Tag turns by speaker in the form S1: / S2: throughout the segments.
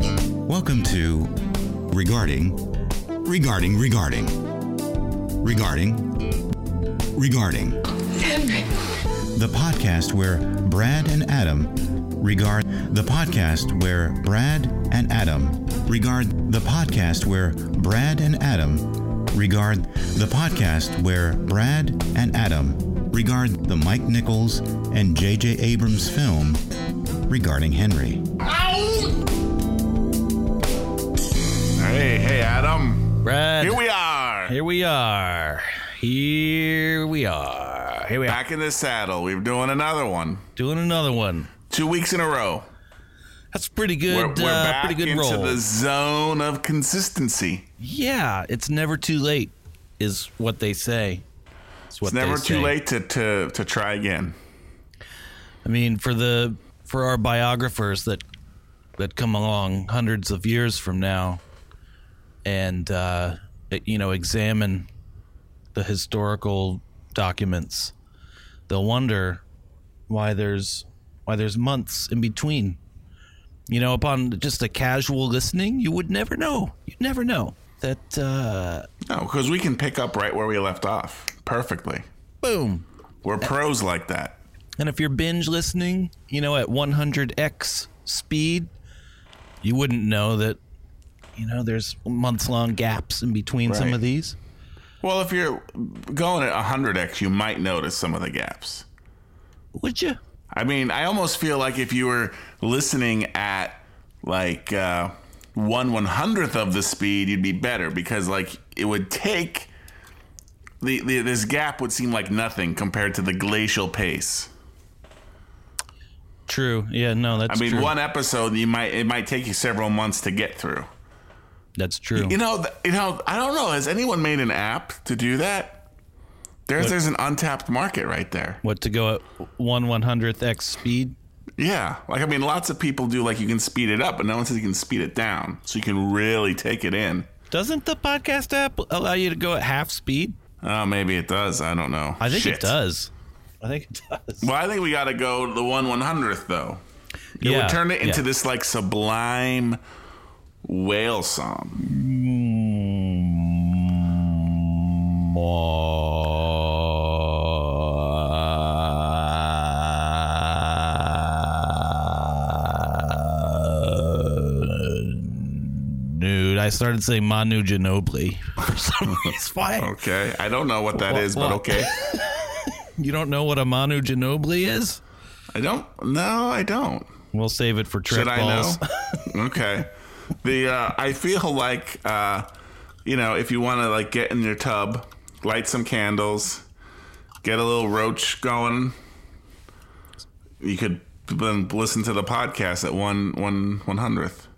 S1: Welcome to Regarding, Regarding, Regarding, Regarding, Regarding,
S2: Henry.
S1: the podcast where Brad and Adam regard the podcast where Brad and Adam regard the podcast where Brad and Adam regard the podcast where Brad and Adam regard the Mike Nichols and J.J. Abrams film regarding Henry.
S3: Hey, hey, Adam.
S4: Brad,
S3: Here we are.
S4: Here we are. Here we are. Here we are.
S3: Back in the saddle. We're doing another one.
S4: Doing another one.
S3: Two weeks in a row.
S4: That's pretty
S3: We're,
S4: good.
S3: we're
S4: uh,
S3: back
S4: pretty good
S3: into
S4: roll.
S3: the zone of consistency.
S4: Yeah, it's never too late, is what they say. It's, what
S3: It's never
S4: they
S3: too
S4: say.
S3: late to, to, to try again.
S4: I mean, for the for our biographers that that come along hundreds of years from now, and uh, you know, examine the historical documents, they'll wonder why there's why there's months in between. You know, upon just a casual listening, you would never know. You'd never know that. Uh,
S3: No, because we can pick up right where we left off perfectly.
S4: boom.
S3: We're pros like that.
S4: And if you're binge listening, you know, at 100x speed, you wouldn't know that, you know, there's months long gaps in between some
S3: Right.
S4: of these.
S3: Well, if you're going at 100x, you might notice some of the gaps.
S4: Would you?
S3: I mean, I almost feel like if you were listening at like uh, one one hundredth of the speed, you'd be better because like it would take the, the this gap would seem like nothing compared to the glacial pace.
S4: True. Yeah, no, that's
S3: I mean,
S4: true.
S3: one episode you might it might take you several months to get through.
S4: that's true.
S3: You know, th- you know, I don't know. Has anyone made an app to do that? There's there's an untapped market right there.
S4: what, to go at 1 100th x speed?
S3: Yeah, like I mean, lots of people do. Like you can speed it up, but no one says you can speed it down, so you can really take it in.
S4: Doesn't the podcast app allow you to go at half speed?
S3: Oh, maybe it does. I don't know.
S4: I think
S3: Shit.
S4: it does. I think it does.
S3: Well, I think we got to go the one one hundredth though. It
S4: yeah.
S3: would turn it into
S4: yeah.
S3: this like sublime whale song.
S4: Oh, Dude, I started saying Manu Ginobili for some reason. Why?
S3: Okay, I don't know what that
S4: Wha-
S3: is, but
S4: what?
S3: okay.
S4: You don't know what a Manu Ginobili is?
S3: I don't. No, I don't.
S4: We'll save it for trick
S3: Should I
S4: balls.
S3: know? okay. The uh, I feel like uh, you know if you want to like get in your tub, light some candles, get a little roach going. You could then listen to the podcast at one one one hundredth.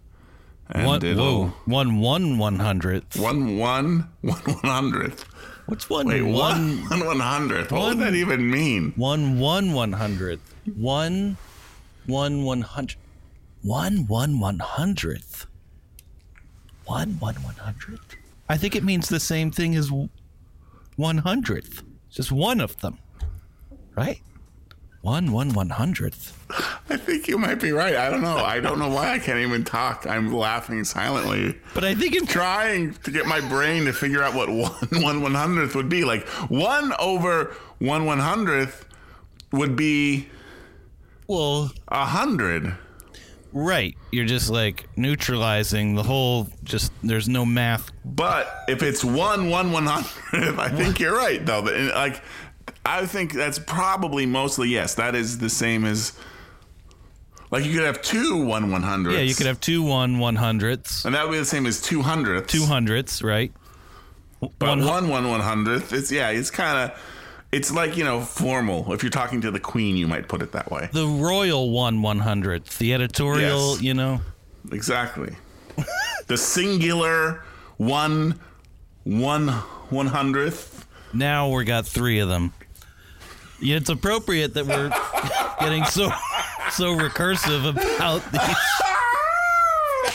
S3: And
S4: One,
S3: it'll-
S4: whoa, one one one hundredth.
S3: One one one one hundredth.
S4: What's one
S3: Wait,
S4: one
S3: one one one hundredth. What
S4: one-
S3: does that even mean?
S4: One one one hundredth. One one one hundred. One one one hundredth. One one one hundredth. I think it means the same thing as w- one hundredth. Just one of them, right? One one one hundredth.
S3: I think you might be right. I don't know. I don't know why I can't even talk. I'm laughing silently.
S4: But I think it,
S3: Trying to get my brain to figure out what one one one hundredth would be. Like one over one one hundredth would be
S4: well,
S3: a hundred.
S4: right. You're just like neutralizing the whole. Just there's no math.
S3: But if it's one one one hundredth, I think you're right though. That- Like I think that's probably mostly yes. That is the same as like you could have two one one hundredths.
S4: Yeah, you could have two one one hundredths,
S3: and that would be the same as two hundredths.
S4: two hundredths, right?
S3: but
S4: hu-
S3: one one one hundredth. It's yeah. It's kind of it's like you know formal. If you're talking to the queen, you might put it that way.
S4: the royal one one hundredth, the editorial,
S3: Yes.
S4: you know.
S3: Exactly. the singular one one one hundredth.
S4: Now we got three of them. Yeah, it's appropriate that we're getting so so recursive about these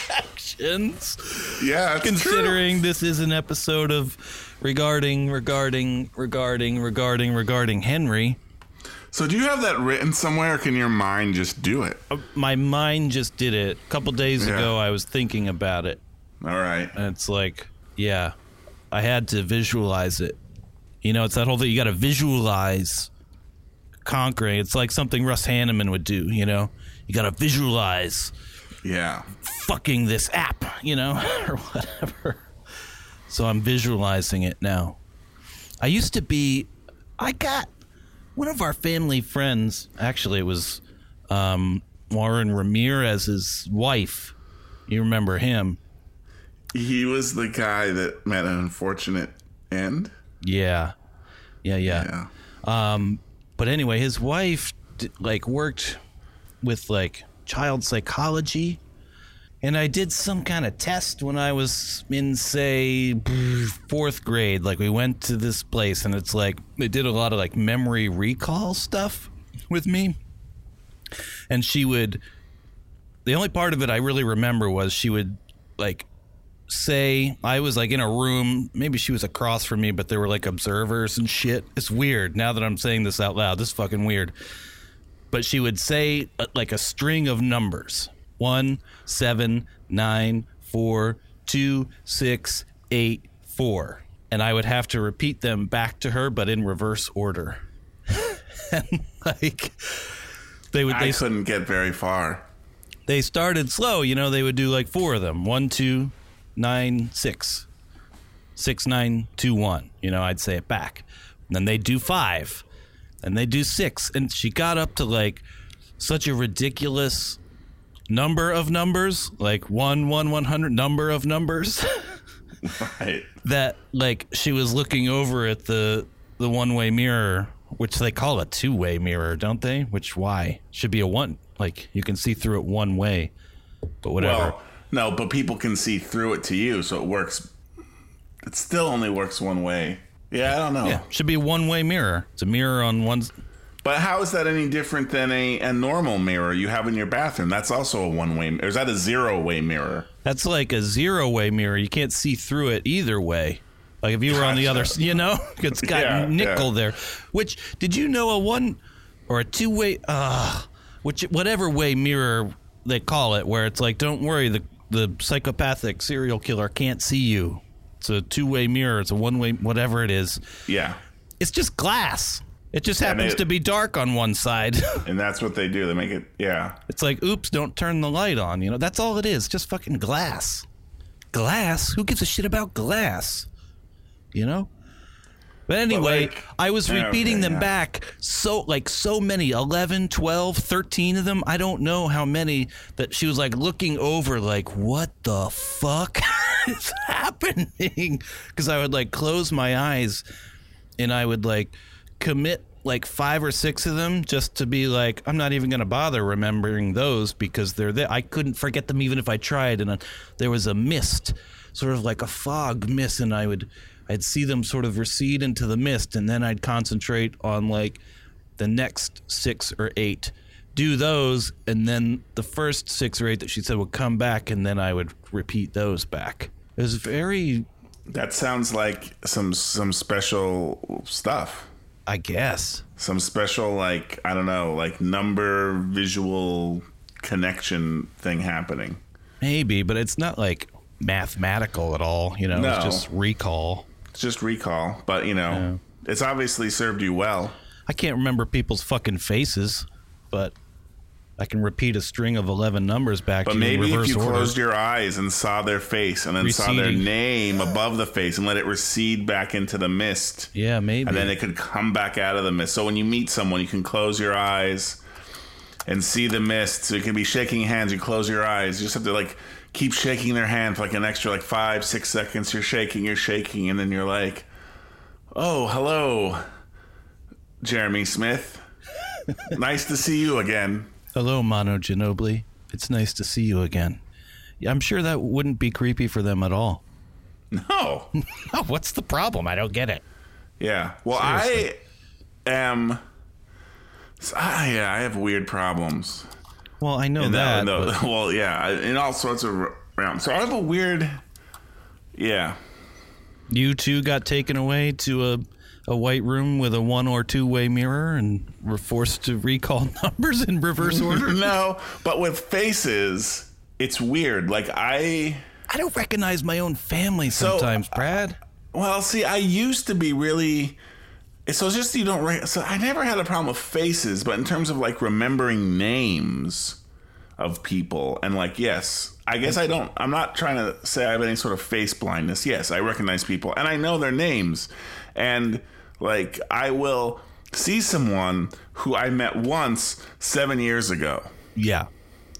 S4: actions,
S3: Yeah, it's true.
S4: considering this is an episode of regarding regarding regarding regarding regarding Henry.
S3: So do you have that written somewhere? Or can your mind just do it? All
S4: My mind just did it. A couple days
S3: Yeah.
S4: ago, I was thinking about it,
S3: right.
S4: and it's like, yeah, I had to visualize it. You know, it's that whole thing. You got to visualize conquering. It's like something Russ Hanneman would do. You know, you got to visualize
S3: Yeah.
S4: fucking this app. You know, or whatever. So I'm visualizing it now. I used to be. I got one of our family friends. Actually, it was um, Warren Ramirez's wife. You remember him?
S3: He was the guy that met an unfortunate end.
S4: Yeah. Yeah, yeah.
S3: Yeah.
S4: But anyway, his wife d- like worked with like child psychology. And I did some kind of test when I was in say fourth grade. Like we went to this place and it's like they did a lot of like memory recall stuff with me. And she would the only part of it I really remember was she would like say I was like in a room, maybe she was across from me, but there were like observers and shit. It's weird now that I'm saying this out loud. This is fucking weird. But she would say uh, like a string of numbers one, seven, nine, four, two, six, eight, four. And I would have to repeat them back to her, but in reverse order. and like, they would,
S3: I
S4: they
S3: couldn't get very far.
S4: they started slow. You know, they would do like four of them one, two, nine, six, six, nine, two, one. You know, I'd say it back. And then they do five, and they do six. And she got up to like such a ridiculous number of numbers, like one, one, one hundred number of numbers.
S3: Right.
S4: that like she was looking over at the the one way mirror, which they call a two way mirror, don't they? Which why should be a one. Like you can see through it one way, but whatever.
S3: Well, no, but people can see through it to you, so it works. It still only works one way. Yeah, I don't know.
S4: yeah, should be a one way mirror. It's a mirror on one.
S3: But how is that any different than a, a normal mirror you have in your bathroom? That's also a one way, or is that a zero way mirror?
S4: That's like a zero way mirror. You can't see through it either way. Like if you were on the other, s- you know, it's got
S3: Yeah,
S4: nickel
S3: yeah.
S4: there. Which did you know a one or a two way? Uh, which whatever way mirror they call it, where it's like, don't worry, the the psychopathic serial killer can't see you. It's a two way mirror. It's a one way, whatever it is.
S3: Yeah.
S4: It's just glass. It just happens
S3: it-
S4: to be dark on one side.
S3: And that's what they do. They make it, yeah.
S4: It's like, oops, don't turn the light on. You know, that's all it is. Just fucking glass. Glass? Who gives a shit about glass? You know? But anyway,
S3: like-
S4: I was
S3: Yeah,
S4: repeating
S3: okay,
S4: them
S3: yeah.
S4: back so, like, so many 11, 12, 13 of them. I don't know how many that she was like looking over, like, what the fuck is happening? Because I would like close my eyes and I would like commit like five or six of them just to be like, I'm not even going to bother remembering those because they're there. I couldn't forget them even if I tried. And uh, there was a mist, sort of like a fog mist, and I would, I'd see them sort of recede into the mist, and then I'd concentrate on like the next six or eight. Do those, and then the first six or eight that she said would come back, and then I would repeat those back. It was very,
S3: That sounds like some some special stuff.
S4: I guess.
S3: Some special like I don't know, like number visual connection thing happening.
S4: Maybe, but it's not like mathematical at all. You know,
S3: No.
S4: it's just recall.
S3: It's just recall, but you know, it's obviously served you well.
S4: I can't remember people's fucking faces, but I can repeat a string of eleven numbers back.
S3: But
S4: to you in
S3: maybe if
S4: reverse
S3: you
S4: order.
S3: closed your eyes and saw their face and then saw their
S4: Receding.
S3: name above the face and let it recede back into the mist.
S4: yeah, maybe.
S3: and then it could come back out of the mist. So when you meet someone, you can close your eyes and see the mist. So you can be shaking hands. You close your eyes. You just have to like keep shaking their hand for like an extra like five, six seconds. You're shaking, you're shaking, and then you're like, "Oh, hello, Jeremy Smith. nice to see you again."
S4: Hello, Mono Ginobili. It's nice to see you again. Yeah, I'm sure that wouldn't be creepy for them at all.
S3: No,
S4: Oh, what's the problem? I don't get it.
S3: yeah. Well, I am. I, yeah, I have weird problems.
S4: Well, I know
S3: No,
S4: that.
S3: no.
S4: but-
S3: Well, yeah, I- in all sorts of r- realms. So I have a weird, yeah,
S4: you two got taken away to a a white room with a one or two way mirror and were forced to recall numbers in reverse order.
S3: no, but with faces, it's weird. Like I,
S4: I don't recognize my own family sometimes,
S3: uh,
S4: Brad.
S3: well, see, I used to be really. So it's just you don't. Re- so I never had a problem with faces, but in terms of like remembering names of people and like yes, I guess I don't. I'm not trying to say I have any sort of face blindness. Yes, I recognize people and I know their names, and like I will see someone who I met once seven years ago.
S4: Yeah.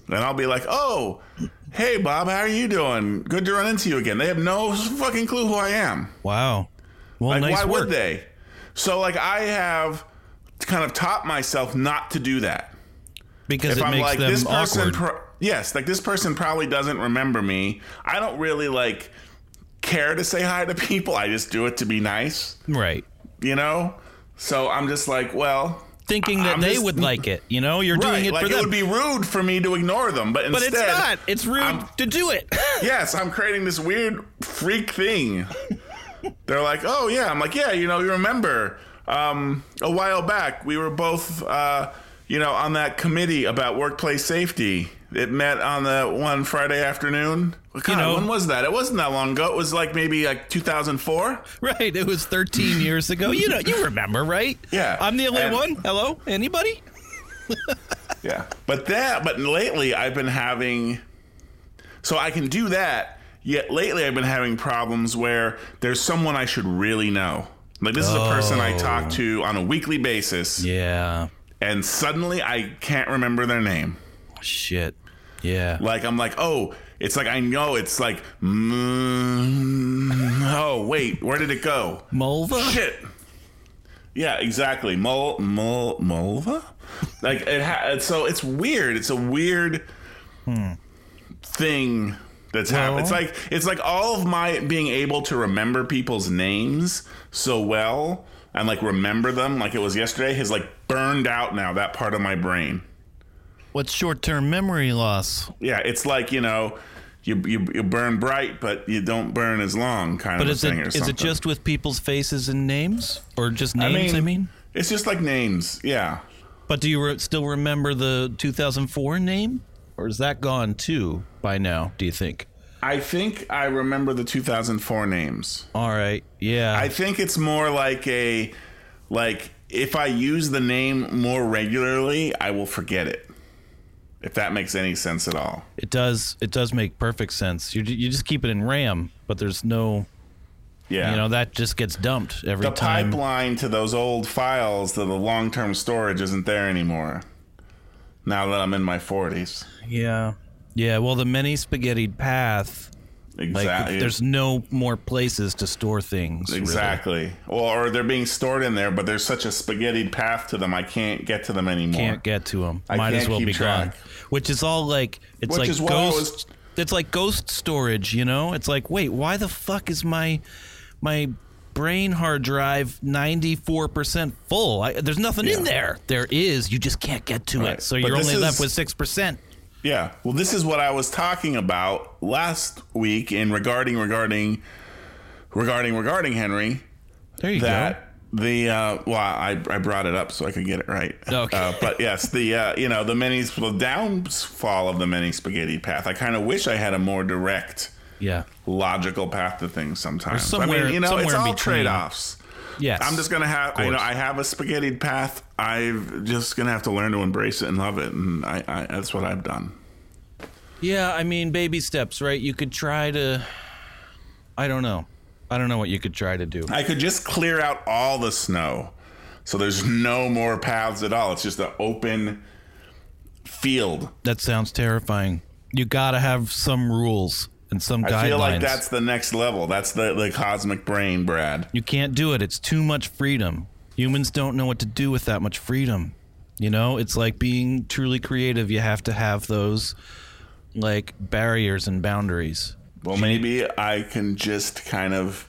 S3: And I'll be like, oh, hey, Bob, how are you doing? Good to run into you again. They have no fucking clue who I am.
S4: Wow. Well,
S3: Like,
S4: nice
S3: why
S4: work.
S3: would they? So, like, I have kind of taught myself not to do that.
S4: Because
S3: If
S4: it
S3: I'm
S4: makes
S3: like,
S4: them
S3: this person,
S4: awkward.
S3: pro- yes, like, this person probably doesn't remember me. I don't really, like, care to say hi to people. I just do it to be nice,
S4: right.
S3: you know? So I'm just like, well,
S4: Thinking
S3: I-
S4: that
S3: I'm
S4: they
S3: just-
S4: would like it. You know, you're doing
S3: right.
S4: it
S3: like,
S4: for
S3: it
S4: them.
S3: would be rude for me to ignore them, but
S4: but
S3: instead.
S4: it's not. It's rude
S3: I'm-
S4: to do it.
S3: yes, I'm creating this weird freak thing. They're like, oh yeah. I'm like, yeah, you know, you remember um, a while back we were both, uh, you know, on that committee about workplace safety. It met on the one Friday afternoon. Well, God,
S4: know-
S3: when was that? It wasn't that long ago. It was like maybe like 2004.
S4: right. It was 13 years ago. You know, you remember, right?
S3: Yeah.
S4: I'm the only
S3: And-
S4: one. Hello? Anybody?
S3: Yeah. But that but lately I've been having so I can do that, yet lately I've been having problems where there's someone I should really know. Like this is a person I talk to on a weekly basis
S4: Yeah.
S3: and suddenly I can't remember their name.
S4: Shit. Yeah.
S3: Like I'm like, "Oh, it's like I know it's like mm, oh, wait, where did it go?"
S4: Mulva?
S3: Shit. Yeah, exactly. Mul mul mulva. Like it. Ha- it's- so it's weird. It's a weird
S4: Hmm.
S3: thing that's happened. It's like it's like all of my being able to remember people's names so well and like remember them like it was yesterday has like burned out now that part of my brain.
S4: What's short term memory loss?
S3: Yeah, it's like you know. You, you, you burn bright, but you don't burn as long, kind
S4: But
S3: of a
S4: is it
S3: thing, or
S4: is
S3: something.
S4: it just with people's faces and names, or just names? I mean,
S3: it's just like names. Yeah,
S4: but do you re- still remember the 2004 name, or is that gone too by now? Do you think?
S3: I think I remember the 2004 names.
S4: All right, yeah,
S3: I think it's more like a like if I use the name more regularly, I will forget it. If that makes any sense at all.
S4: it does. It does make perfect sense. You you just keep it in RAM, but there's no,
S3: Yeah.
S4: you know, that just gets dumped every
S3: the
S4: time.
S3: pipeline to those old files to the long-term storage isn't there anymore. Now that I'm in my 40s.
S4: Yeah, yeah. Well, the many spaghettied path. Like,
S3: Exactly.
S4: there's no more places to store things. really.
S3: exactly. Or, or they're being stored in there, but there's such a spaghettied path to them I can't get to them anymore.
S4: can't get to them.
S3: I
S4: Might as
S3: can't
S4: well
S3: keep
S4: be
S3: track.
S4: gone. Which is all like it's
S3: Which
S4: like
S3: is what I
S4: ghost. It's like ghost storage, you know. It's like, wait, why the fuck is my my brain hard drive ninety four percent full? I, there's nothing in
S3: Yeah.
S4: there. There is. You just can't get to
S3: Right.
S4: it. So
S3: But
S4: you're
S3: this
S4: only left
S3: is-
S4: with six percent.
S3: Yeah. Well, this is what I was talking about last week in regarding regarding regarding regarding Henry
S4: There you
S3: that the uh well I, I brought it up so I could get it right.
S4: Okay.
S3: Uh, but yes, the uh you know, the many the downfall of the many spaghetti path. I kind of wish I had a more direct
S4: go. Yeah.
S3: logical path to things sometimes. I
S4: somewhere-
S3: mean, you know, it's
S4: somewhere in
S3: all
S4: between.
S3: trade-offs.
S4: Yes.
S3: I'm just gonna have you know I have a spaghetti path. I'm just gonna have to learn to embrace it and love it, and I, I that's what I've done.
S4: Yeah, I mean, baby steps, right? You could try to. I don't know. I don't know what you could try to do.
S3: I could just clear out all the snow. So there's no more paths at all. It's just an open field.
S4: That sounds terrifying. You gotta have some rules and some guidelines.
S3: I feel like that's the next level. That's the, the cosmic brain, Brad.
S4: you can't do it. It's too much freedom. Humans don't know what to do with that much freedom. You know, it's like being truly creative. You have to have those like barriers and boundaries.
S3: Well, maybe I can just kind of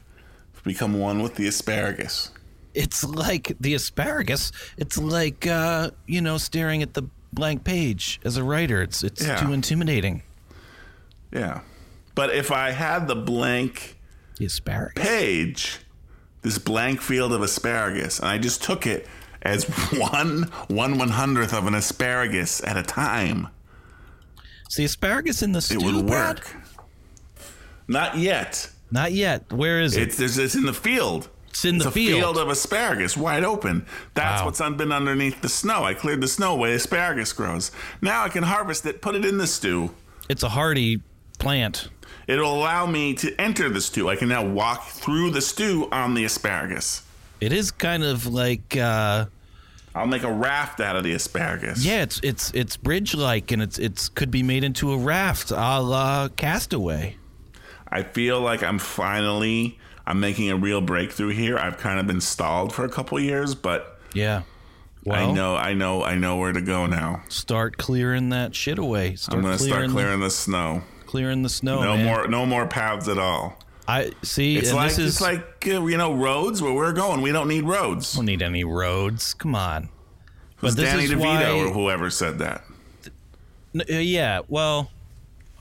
S3: become one with the asparagus.
S4: It's like the asparagus. It's like uh, you know, staring at the blank page as a writer. It's it's
S3: Yeah.
S4: too intimidating.
S3: Yeah. But if I had the blank
S4: The asparagus.
S3: page, this blank field of asparagus, and I just took it as one one one hundredth of an asparagus at a time.
S4: Is the asparagus in the stew?
S3: It would
S4: Brad?
S3: work. Not yet.
S4: Not yet. Where is it?
S3: It's there's it's in the field.
S4: It's in the
S3: it's
S4: field.
S3: a field of asparagus, wide open. That's
S4: Wow.
S3: what's un- been underneath the snow. I cleared the snow where asparagus grows. Now I can harvest it, put it in the stew.
S4: It's a hardy plant.
S3: It'll allow me to enter the stew. I can now walk through the stew on the asparagus.
S4: It is kind of like uh,
S3: I'll make a raft out of the asparagus.
S4: yeah, it's it's it's bridge like, and it's it's could be made into a raft, a la Castaway.
S3: I feel like I'm finally I'm making a real breakthrough here. I've kind of been stalled for a couple years, but
S4: Yeah. Well,
S3: I know I know I know where to go now.
S4: Start clearing that shit away. Start
S3: I'm gonna
S4: clearing
S3: start
S4: the-
S3: clearing the snow.
S4: clearing the snow.
S3: No
S4: man.
S3: more no more paths at all.
S4: I see.
S3: It's
S4: and
S3: like
S4: this is
S3: it's like uh, you know roads where we're going. We don't need roads.
S4: don't need any roads. Come on.
S3: It was
S4: but this
S3: Danny
S4: is
S3: DeVito
S4: why-
S3: or whoever said that.
S4: N- uh, yeah. Well,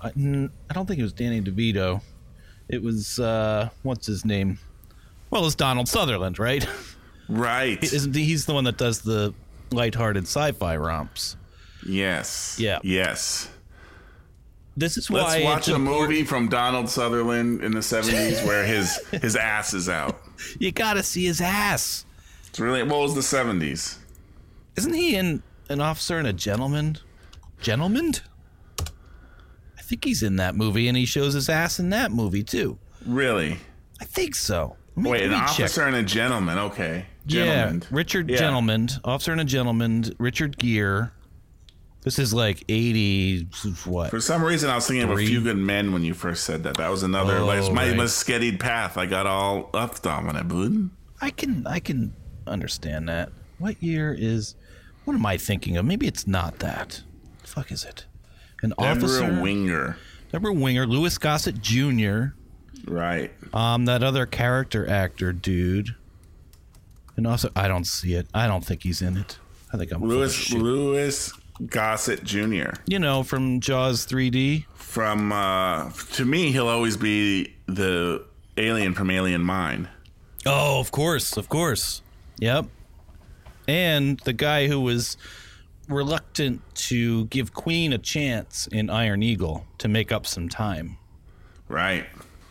S4: I, n- I don't think it was Danny DeVito. It was uh, what's his name? Well, it's Donald Sutherland, right?
S3: Right.
S4: Isn't he, he's the one that does the lighthearted sci-fi romps?
S3: yes.
S4: Yeah.
S3: Yes.
S4: This is why
S3: Let's watch
S4: it's
S3: a
S4: important-
S3: movie from Donald Sutherland in the 70s where his his ass is out.
S4: You gotta see his ass.
S3: It's really what was the 70s?
S4: Isn't he in an officer and a gentleman? Gentleman? I think he's in that movie, and he shows his ass in that movie too.
S3: Really?
S4: I think so. Let me-
S3: Wait, an
S4: let me check.
S3: officer and a gentleman. Okay. Gentleman.
S4: Yeah, Richard
S3: Yeah.
S4: Gentleman, officer and a gentleman, Richard Gere. This is like eighty what?
S3: For some reason, I was thinking of a
S4: Three.
S3: few good men when you first said that. That was another.
S4: Oh,
S3: like, it's my
S4: right.
S3: musketed path. I got all up on it, bud.
S4: I can I can understand that. What year is? What am I thinking of? Maybe it's not that. Fuck is it? An officer
S3: Deborah Winger.
S4: Deborah Winger, Louis Gossett Jr.
S3: Right.
S4: Um, that other character actor dude, and also I don't see it. I don't think he's in it. I think I'm full of
S3: Louis
S4: Oh, shit.
S3: Louis Gossett Jr.
S4: You know from Jaws 3D.
S3: From uh, to me, he'll always be the alien from Alien Mine.
S4: Oh, of course, of course. Yep. And the guy who was reluctant to give Queen a chance in Iron Eagle to make up some time.
S3: Right.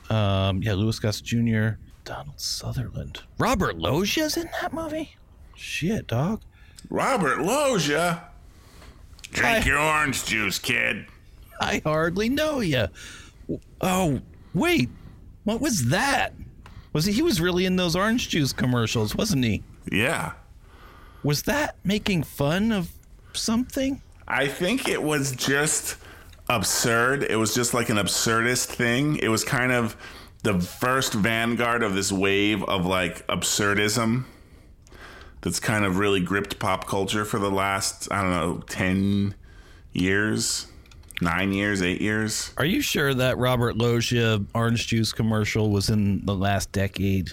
S4: Um, yeah, Louis Gossett Jr., Donald Sutherland, Robert Loggia's in that movie. Shit, dog.
S3: Robert Loggia. Drink
S4: Hi.
S3: your orange juice, kid.
S4: I hardly know you. Oh, wait. What was that? Was he, he was really in those orange juice commercials, wasn't he?
S3: Yeah.
S4: Was that making fun of something?
S3: I think it was just absurd. It was just like an absurdist thing. It was kind of the first vanguard of this wave of like absurdism that's kind of really gripped pop culture for the last, I don't know, 10 years, nine years, eight years.
S4: Are you sure that Robert Loggia orange juice commercial was in the last decade?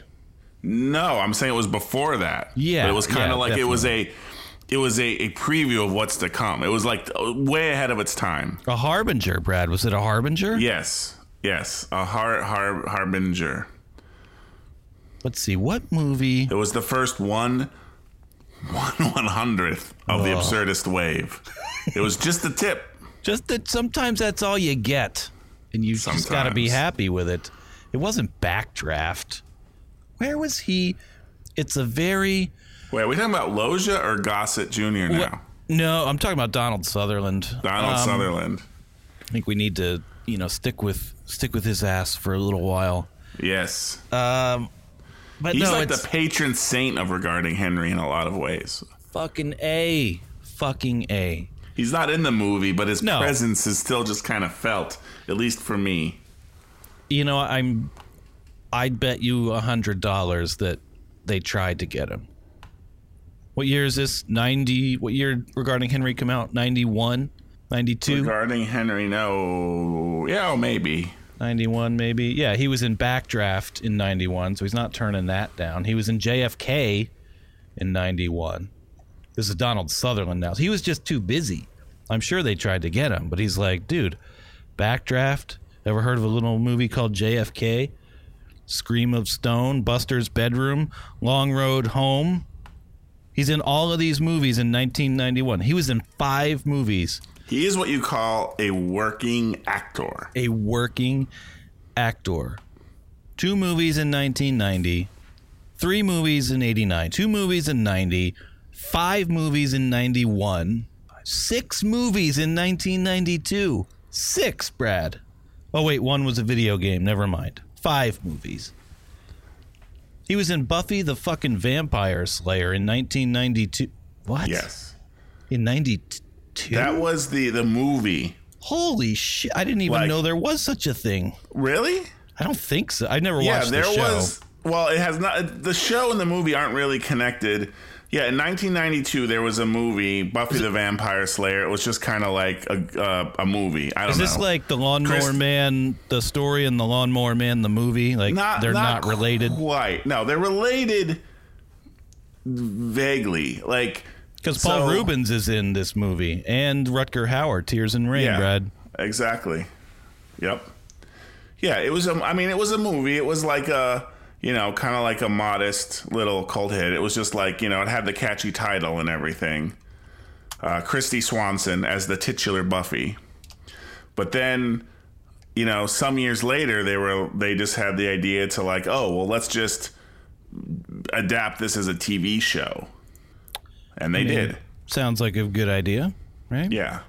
S3: No, I'm saying it was before that.
S4: Yeah,
S3: But it was kind
S4: yeah,
S3: of like it was a. It was a, a preview of what's to come. It was like way ahead of its time.
S4: A harbinger, Brad. Was it a harbinger?
S3: Yes, yes, a har, har, harbinger.
S4: Let's see. What movie?
S3: It was the first one, one one hundredth of the
S4: Ugh.
S3: absurdist wave. It was just the tip.
S4: Just that sometimes that's all you get, and you just got to be
S3: Sometimes.
S4: happy with it. It wasn't Backdraft. Where was he? It's a very
S3: Wait, are we talking about Loja or Gossett Jr. now?
S4: no. I'm talking about Donald Sutherland.
S3: Donald
S4: Um,
S3: Sutherland.
S4: I think we need to, you know, stick with stick with his ass for a little while.
S3: Yes,
S4: But
S3: he's
S4: uh, no,
S3: like
S4: it's
S3: the patron saint of regarding Henry in a lot of ways.
S4: fucking a, fucking a.
S3: He's not in the movie, but his
S4: No.
S3: presence is still just kind of felt, at least for me.
S4: you know i'm i'd bet you a hundred dollars that they tried to get him what year is this 90 what year regarding henry come out 91 92
S3: Regarding Henry, no, yeah, oh, maybe.
S4: 91 maybe yeah he was in backdraft in 91 so he's not turning that down he was in jfk in 91 this is donald sutherland now he was just too busy i'm sure they tried to get him but he's like dude backdraft ever heard of a little movie called jfk Scream of Stone, Buster's Bedroom, Long Road Home. He's in all of these movies in 1991. He was in five movies.
S3: He is what you call a working actor.
S4: a working actor. Two movies in 1990, three movies in 89, two movies in 90, five movies in 91, six movies in 1992. Six, Brad. Oh, wait, one was a video game. Never mind. Five movies. He was in Buffy the fucking Vampire Slayer in 1992. What?
S3: Yes.
S4: In 92?
S3: That was the the movie.
S4: Holy shit. I didn't even
S3: Like-
S4: know there was such a thing.
S3: Really?
S4: I don't think so. I never
S3: Yeah,
S4: watched
S3: there
S4: the show.
S3: was. Well, it has not. The show and the movie aren't really connected. Yeah, in 1992 there was a movie, Buffy the Vampire Slayer. It was just kind of like a uh, a movie. I don't
S4: Is
S3: know.
S4: this like the Lawnmower
S3: Chris-
S4: Man, the story and the Lawnmower Man, the movie? Like they're not, related
S3: Quite. No, they're related vaguely. Like
S4: because Paul
S3: So-
S4: Rubens is in this movie and Rutger Hauer, Tears and Rain,
S3: yeah,
S4: Brad.
S3: exactly. Yep. Yeah, it was. A, I mean, it was a movie. It was like a you know, kind of like a modest little cult hit. It was just like you know, it had the catchy title and everything. Uh, Christy Swanson as the titular Buffy, but then you know, some years later they were they just had the idea to like, oh well, let's just adapt this as a TV show, and they did.
S4: Sounds like a good idea, right?
S3: Yeah.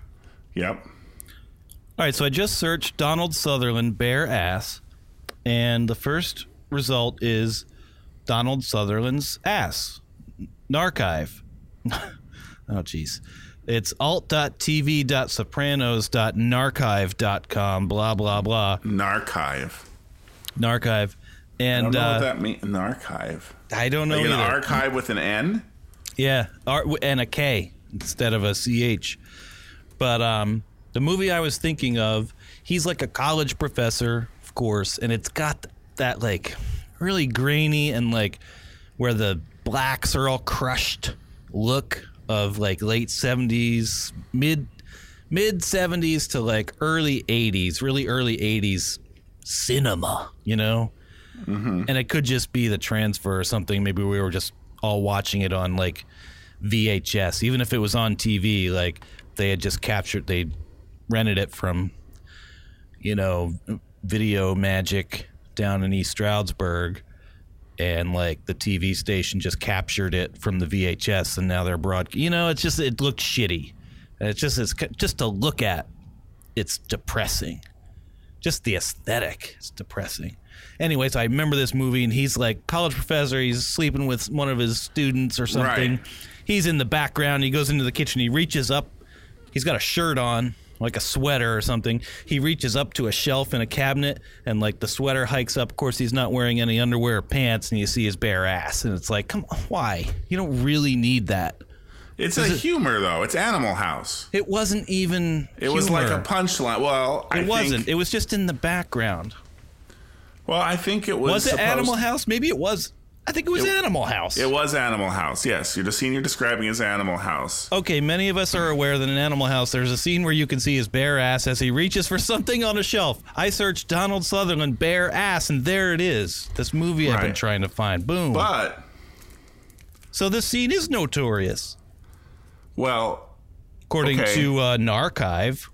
S3: Yep.
S4: All right, so I just searched Donald Sutherland bare ass, and the first result is Donald Sutherland's ass. Narchive. oh, jeez. It's alt.tv.sopranos.narchive.com, blah, blah, blah.
S3: Narchive.
S4: Narchive.
S3: I don't
S4: And
S3: know
S4: uh,
S3: what that means. An archive.
S4: I don't know
S3: Like an
S4: either.
S3: archive with an N?
S4: Yeah, R- w- and a K instead of a CH. But um, the movie I was thinking of, he's like a college professor, of course, and it's got that like really grainy and like where the blacks are all crushed look of like late 70s, mid mid 70s to like early 80s, really early 80s cinema, you know? and it could just be the transfer or something. Maybe we were just all watching it on like VHS, even if it was on TV. Like they had just captured, they rented it from, you know, Video Magic down in East Stroudsburg, and like the TV station just captured it from the VHS, and now they're broad. You know, it's just it looked shitty. And It's just it's c- just to look at, it's depressing just the aesthetic is depressing. Anyway, so I remember this movie, and he's like college professor. He's sleeping with one of his students or something.
S3: Right.
S4: He's in the background. He goes into the kitchen. He reaches up. He's got a shirt on, like a sweater or something. He reaches up to a shelf in a cabinet, and like the sweater hikes up. Of course, he's not wearing any underwear or pants, and you see his bare ass. And it's like, come on, why? You don't really need that.
S3: It's a humor though. It's Animal House.
S4: It wasn't even.
S3: It was like a
S4: humor.
S3: punchline. Well, I
S4: It wasn't.
S3: Think,
S4: It was just in the background.
S3: well, I think it was.
S4: Was it
S3: supposed-
S4: Animal House? Maybe it was. I think it was Animal House.
S3: It was Animal House. Yes, you're the scene you're describing is Animal House.
S4: okay, many of us are aware that in Animal House, there's a scene where you can see his bare ass as he reaches for something on a shelf. I searched Donald Sutherland bare ass, and there it is. This movie I've been
S3: Right.
S4: trying to find. Boom.
S3: But
S4: so this scene is notorious,
S3: well,
S4: according
S3: Okay.
S4: to uh, an archive.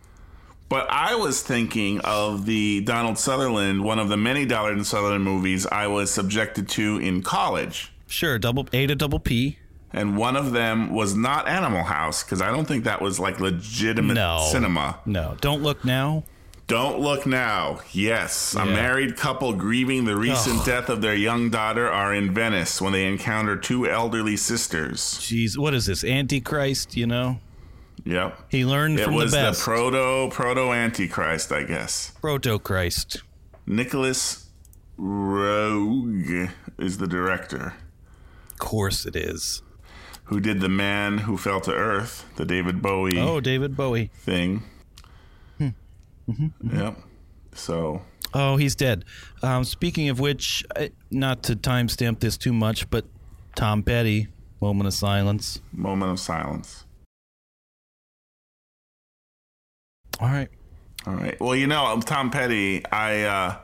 S3: But I was thinking of the Donald Sutherland, one of the many Donald Sutherland movies I was subjected to in college.
S4: Sure, double A to double P.
S3: And one of them was not Animal House because I don't think that was like legitimate
S4: No.
S3: cinema.
S4: No, don't look now.
S3: Don't look now. Yes, a
S4: Yeah.
S3: married couple grieving the recent
S4: Ugh.
S3: death of their young daughter are in Venice when they encounter two elderly sisters.
S4: Jeez, what is this? Antichrist, you know?
S3: Yep.
S4: He learned
S3: It
S4: from
S3: was
S4: the
S3: the,
S4: best.
S3: proto proto antichrist, I guess.
S4: Proto Christ.
S3: Nicholas Rogue is the director.
S4: Of course it is.
S3: who did The Man Who Fell to Earth, the David Bowie
S4: Oh, Hmm. David Bowie.
S3: thing.
S4: Mm-hmm.
S3: Yep. So,
S4: Oh, he's dead. Um, speaking of which, I- not to timestamp this too much, but Tom Petty, moment of silence.
S3: moment of silence.
S4: All right.
S3: All right. Well, you know, um, Tom Petty, I, uh,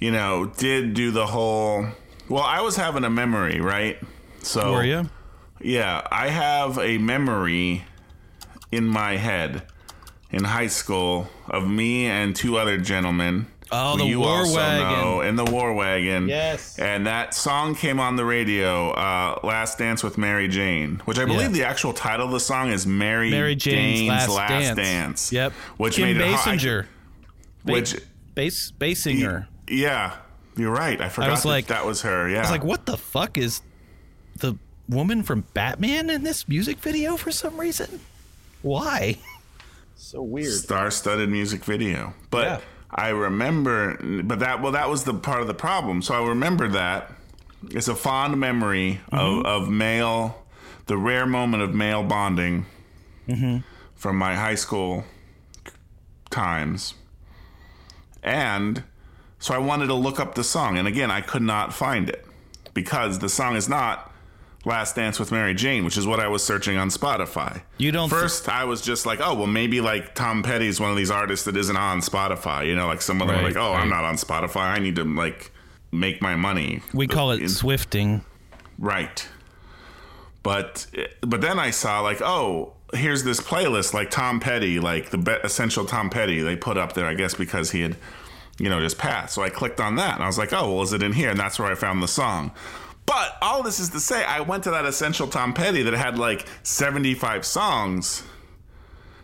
S3: you know, did do the whole. Well, I was having a memory, right? So
S4: Were you?
S3: yeah, I have a memory in my head in high school of me and two other gentlemen.
S4: Oh,
S3: who
S4: the war wagon.
S3: in the war wagon.
S4: Yes.
S3: And that song came on the radio, uh, Last Dance with Mary Jane, which I believe the actual title of the song is Mary,
S4: Mary Jane's Last Dance.
S3: Dance.
S4: Yep.
S3: Which
S4: Kim
S3: made it hard-
S4: Basinger.
S3: Which,
S4: Base Basinger.
S3: yeah, you're right. I forgot
S4: was
S3: that,
S4: like-
S3: that was her. Yeah.
S4: I was like, what the fuck is the woman from Batman in this music video for some reason? Why? So weird.
S3: star-studded music video. But
S4: Yeah.
S3: I remember, but that well, that was the part of the problem. So I remember that it's a fond memory
S4: Mm-hmm.
S3: of, of male, the rare moment of male bonding
S4: Mm-hmm.
S3: from my high school times, and so I wanted to look up the song, and again, I could not find it because the song is not. Last Dance with Mary Jane, which is what I was searching on Spotify.
S4: You don't thi-
S3: first. I was just like, oh well, maybe like Tom Petty's one of these artists that isn't on Spotify. You know, like some other
S4: Right,
S3: like, oh,
S4: right.
S3: I'm not on Spotify. I need to like make my money.
S4: We call it
S3: In-
S4: swifting.
S3: right. But but then I saw like, oh, here's this playlist like Tom Petty, like the be- essential Tom Petty they put up there, I guess because he had you know just passed. So I clicked on that and I was like, oh, well, is it in here? And that's where I found the song. But all this is to say, I went to that essential Tom Petty that had like 75 songs,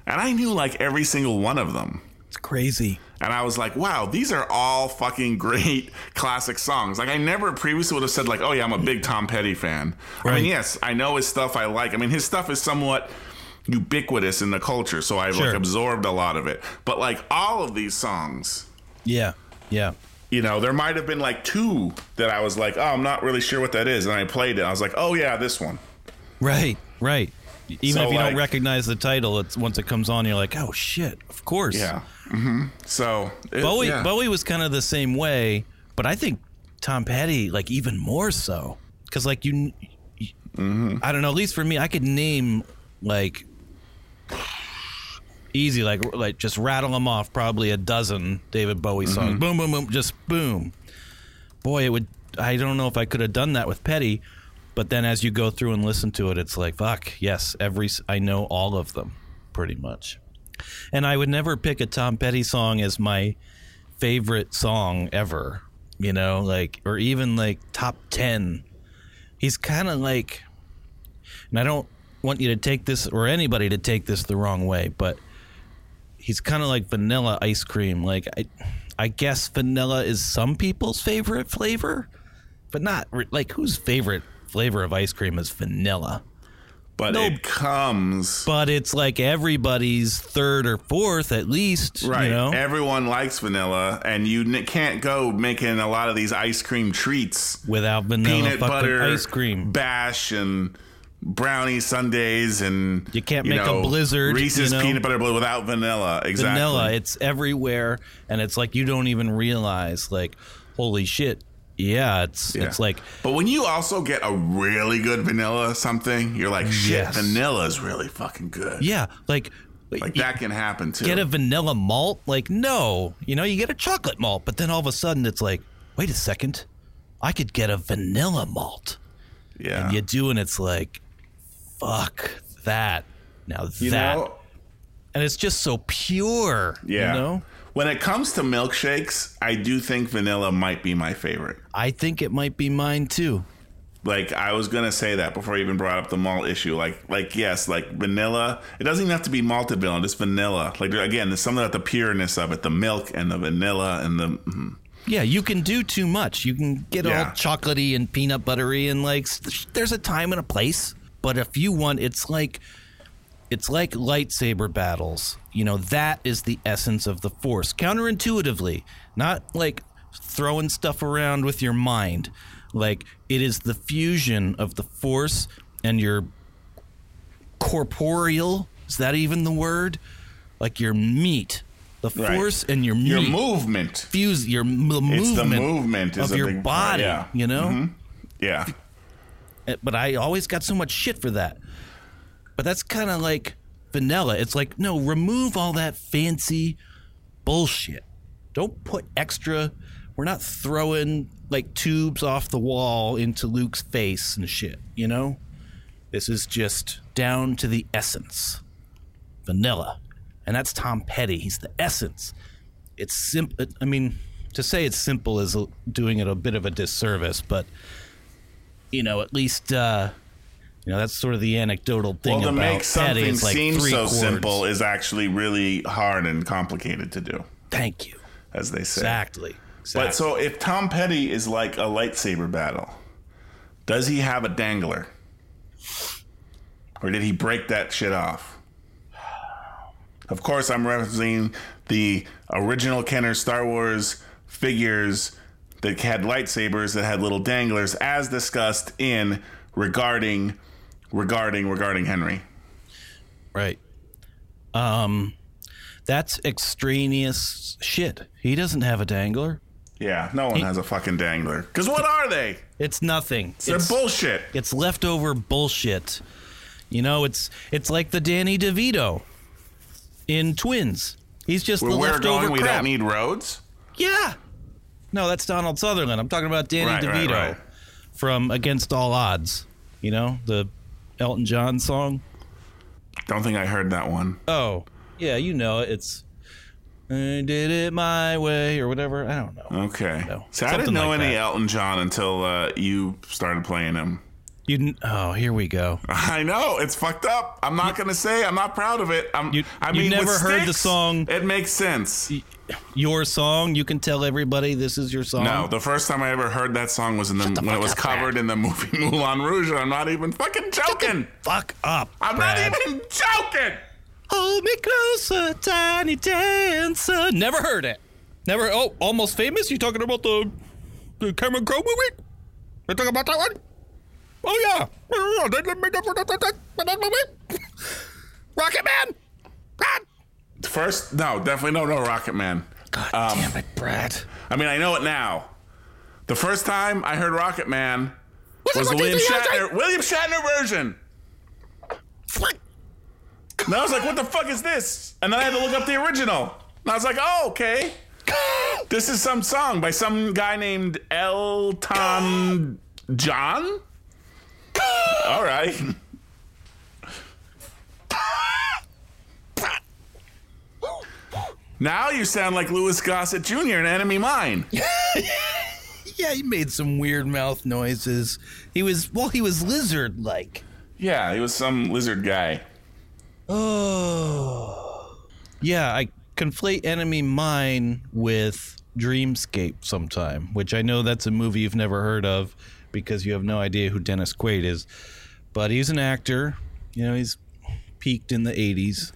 S3: and I knew like every single one of them.
S4: It's crazy.
S3: And I was like, wow, these are all fucking great classic songs. Like, I never previously would have said, like, oh, yeah, I'm a big Tom Petty fan. I
S4: Right.
S3: mean, yes, I know his stuff I like. I mean, his stuff is somewhat ubiquitous in the culture, so I've
S4: Sure.
S3: like absorbed a lot of it. But like, all of these songs,
S4: Yeah. Yeah.
S3: you know, there might have been like two that I was like, oh, I'm not really sure what that is. And I played it. I was like, oh, yeah, this one.
S4: Right. Right. Even
S3: So,
S4: if you
S3: like-
S4: don't recognize the title, it's once it comes on, you're like, oh shit, of course.
S3: Yeah. hmm So, it-
S4: Bowie
S3: yeah.
S4: Bowie was kind of the same way, but I think Tom Petty like even more so because like you, you-
S3: Mm-hmm.
S4: I don't know. At least for me, I could name like easy like like just rattle them off probably a dozen David Bowie songs.
S3: Mm-hmm.
S4: Boom boom boom, just boom. Boy, it would. I don't know if I could have done that with Petty, but then as you go through and listen to it, it's like fuck yes, every s- I know all of them pretty much. And I would never pick a Tom Petty song as my favorite song ever, you know, like, or even like top 10. He's kind of like, and I don't want you to take this or anybody to take this the wrong way, but he's kind of like vanilla ice cream. Like, I, I guess vanilla is some people's favorite flavor, but not re- like whose favorite flavor of ice cream is vanilla?
S3: but it comes.
S4: But it's like everybody's third or fourth at least,
S3: Right.
S4: you know?
S3: Everyone likes vanilla, and you n- can't go making a lot of these ice cream treats,
S4: without vanilla
S3: peanut
S4: fucking
S3: butter
S4: ice cream.
S3: bash, and brownie sundays, and
S4: You can't make a
S3: know,
S4: blizzard,
S3: Reese's
S4: you know?
S3: peanut butter blizzard without vanilla. Exactly.
S4: Vanilla, it's everywhere and it's like you don't even realize like holy shit. Yeah, it's
S3: Yeah.
S4: it's like
S3: but when you also get a really good vanilla something, you're like, shit,
S4: Yes.
S3: vanilla is really fucking good.
S4: yeah, like,
S3: Like
S4: you
S3: that can happen too.
S4: get a vanilla malt, like no. You know, you get a chocolate malt, but then all of a sudden it's like, wait a second. I could get a vanilla malt.
S3: yeah.
S4: You do and it's like fuck that. Now
S3: You
S4: that
S3: know,
S4: and it's just so pure.
S3: yeah.
S4: You know?
S3: When it comes to milkshakes, I do think vanilla might be my favorite.
S4: I think it might be mine too.
S3: like I was gonna say that before I even brought up the malt issue. Like, like yes, like vanilla. It doesn't even have to be malted vanilla, just vanilla. Like there- again, there's something about the pureness of it, the milk and the vanilla and the. mm.
S4: Yeah, you can do too much. You can get
S3: Yeah.
S4: all chocolatey and peanut buttery and like s- there's a time and a place, but if you want it's like it's like lightsaber battles. You know, that is the essence of the force. Counterintuitively, not like throwing stuff around with your mind. Like it is the fusion of the force and your corporeal, is that even the word? Like your meat. The
S3: Right.
S4: force and your meat
S3: Your
S2: Mm.
S3: movement.
S4: fuse your m- the movement,
S3: It's the movement is
S4: of
S3: a
S4: your
S3: big part,
S4: body,
S3: yeah. Mm-hmm.
S4: you know.
S3: Yeah,
S4: Uh, But I always got so much shit for that. But that's kind of like vanilla. It's like no, remove all that fancy bullshit. Don't put extra
S2: we're not throwing like tubes off the wall into Luke's face and shit, you know? This is just down to the essence. Vanilla. And that's Tom Petty. He's the essence. It's simple. I mean, to say it's simple is a- doing it a bit of a disservice, but, you know, at least, uh, you know, that's sort of the anecdotal thing
S3: Well, to
S2: about
S3: make something
S2: Petty. It's like
S3: seem
S2: three
S3: so
S2: chords.
S3: simple is actually really hard and complicated to do,
S2: Thank you.
S3: as they say.
S2: Exactly. exactly.
S3: But so if Tom Petty is like a lightsaber battle, does he have a dangler? Or did he break that shit off? Of course, I'm referencing the original Kenner Star Wars figures that had lightsabers that had little danglers, as discussed in regarding, regarding, regarding Henry.
S2: right.
S4: Um, That's extraneous shit. He doesn't have a dangler.
S3: Yeah, no one has a fucking dangler. Because what are they?
S4: It's nothing.
S3: They're
S4: It's-
S3: bullshit.
S4: It's leftover bullshit. You know, it's it's like the Danny DeVito in Twins. He's just
S3: Where
S4: the
S3: we're
S4: leftover
S3: going, we
S4: crap.
S3: don't need roads.
S4: yeah. No, that's Donald Sutherland. I'm talking about Danny
S3: Right, right,
S4: DeVito
S3: right.
S4: from Against All Odds. You know, the Elton John song.
S3: Don't think I heard that one.
S4: Oh, yeah, you know it. It's I did it my way or whatever. I don't know.
S3: Okay.
S4: No.
S3: So I
S4: Something
S3: didn't know
S4: like
S3: any
S4: that.
S3: Elton John until uh, you started playing him.
S4: You didn't. Oh, here we go.
S3: I know it's fucked up. I'm not gonna say I'm not proud of it. I'm.
S4: You-
S3: I
S4: you
S3: mean, with
S4: never heard the
S3: Styx,
S4: song-
S3: It makes sense.
S4: Your song. You can tell everybody this is your song.
S3: No, the first time I ever heard that song was in the, when it was covered in the movie Moulin Rouge. and I'm not even fucking joking.
S4: fuck up.
S3: I'm
S4: Brad.
S3: not even joking.
S4: Hold me closer, tiny dancer. Never heard it. Never. Oh, almost famous. You talking about the, the Cameron Crowe movie? You talking about that one? Oh yeah. Oh, yeah. They didn't make it for that- that- that- for that movie. Rocket Man. God.
S3: First, no, definitely no, no, Rocket Man.
S4: God damn it, Brad.
S3: I mean, I know it now. The first time I heard Rocket Man
S4: What's
S3: was
S4: up
S3: the
S4: with
S3: William
S4: these guys?
S3: Shatner, William Shatner version.
S4: Flick.
S3: And I was like, what the fuck is this? And then I had to look up the original. And I was like, oh, okay. This is some song by some guy named Elton John? All right. Now you sound like Louis Gossett Jr. in Enemy Mine.
S4: Yeah, he made some weird mouth noises. He was well, he was lizard-like.
S3: Yeah, he was some lizard guy.
S4: Yeah, I conflate Enemy Mine with Dreamscape sometime, which I know that's a movie you've never heard of because you have no idea who Dennis Quaid is. But he's an actor. You know, he's peaked in the 80s.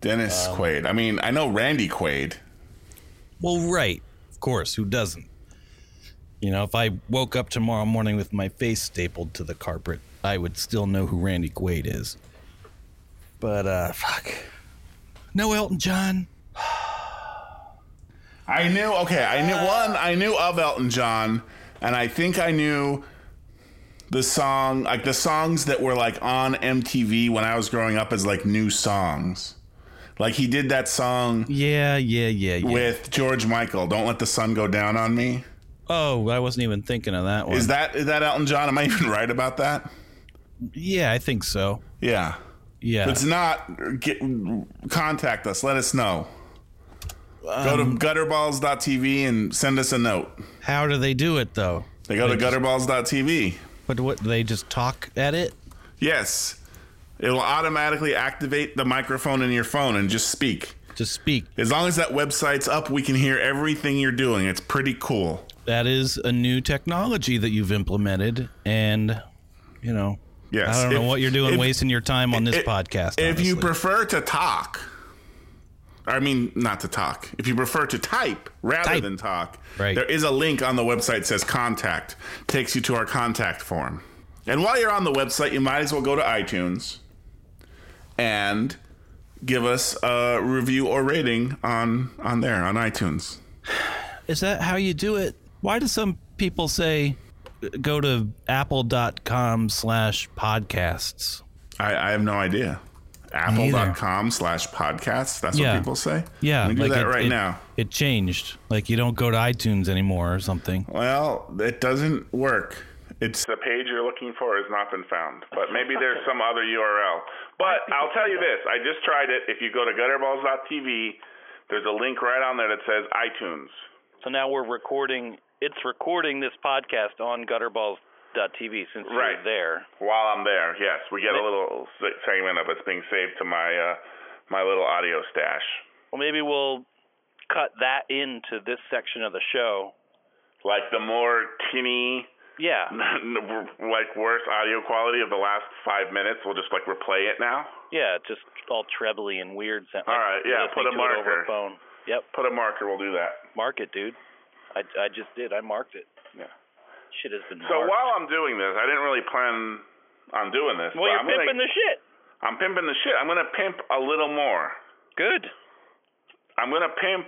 S3: Dennis Quaid. I mean, I know Randy Quaid.
S4: Well, right. Of course, who doesn't? You know, if I woke up tomorrow morning with my face stapled to the carpet, I would still know who Randy Quaid is. But uh fuck. No Elton John.
S3: I knew. Okay, I knew one. I knew of Elton John, and I think I knew the song, like the songs that were like on MTV when I was growing up as like new songs. Like he did that song
S4: Yeah, yeah, yeah, yeah.
S3: with George Michael. Don't let the sun go down on me.
S4: Oh, I wasn't even thinking of that one.
S3: Is that is that Elton John? Am I even right about that?
S4: yeah, I think so.
S3: Yeah.
S4: Yeah.
S3: If it's not, get, contact us. Let us know. Go
S4: Um,
S3: to gutterballs.tv and send us a note.
S4: How do they do it though?
S3: They go to gutterballs.tv.
S4: But what they just talk at it?
S3: Yes. It'll automatically activate the microphone in your phone and just speak.
S4: Just speak.
S3: As long as that website's up, we can hear everything you're doing. It's pretty cool.
S4: That is a new technology that you've implemented and you know
S3: Yes.
S4: I don't know
S3: If-
S4: what you're doing
S3: if-
S4: wasting your time on this
S3: If-
S4: podcast.
S3: If you
S4: honestly.
S3: prefer to talk, I mean, not to talk. If you prefer to type rather
S4: Type.
S3: than talk,
S4: Right.
S3: there is a link on the website that says contact, takes you to our contact form. And while you're on the website, you might as well go to iTunes and give us a review or rating on on there on iTunes.
S4: Is that how you do it? Why do some people say uh, go to apple.com slash podcasts?
S3: I, I have no idea. apple.com slash podcast. That's
S4: Yeah.
S3: what people say.
S4: Yeah,
S3: We do
S4: like
S3: that
S4: it-
S3: right
S4: it-
S3: now.
S4: It changed. Like you don't go to iTunes anymore or something.
S3: Well, it doesn't work. It's the page you're looking for has not been found, but maybe there's some other URL. But I'll tell you this: I just tried it. If you go to gutterballs.tv, there's a link right on there that says iTunes.
S5: So now we're recording. It's recording this podcast on Gutterballs.tv since
S3: Right.
S5: you're there.
S3: While I'm there, yes, we get a little se- segment of it's being saved to my uh, my little audio stash.
S5: Well, maybe we'll cut that into this section of the show.
S3: Like the more tinny,
S5: Yeah.
S3: like worse audio quality of the last five minutes, we'll just like replay it now.
S5: Yeah, just all trebly and weird. Sound,
S3: All
S5: like
S3: right, yeah, put a
S5: listening to it over
S3: marker.
S5: a phone. Yep,
S3: Put a marker. We'll do that.
S5: mark it, dude. I, I just did. I marked it.
S3: Yeah.
S5: Shit has been
S3: So
S5: marked.
S3: while I'm doing this, I didn't really plan on doing this.
S5: well,
S3: but
S5: you're
S3: I'm
S5: pimping
S3: gonna,
S5: the shit.
S3: I'm pimping the shit. I'm gonna pimp a little more.
S5: Good.
S3: I'm gonna pimp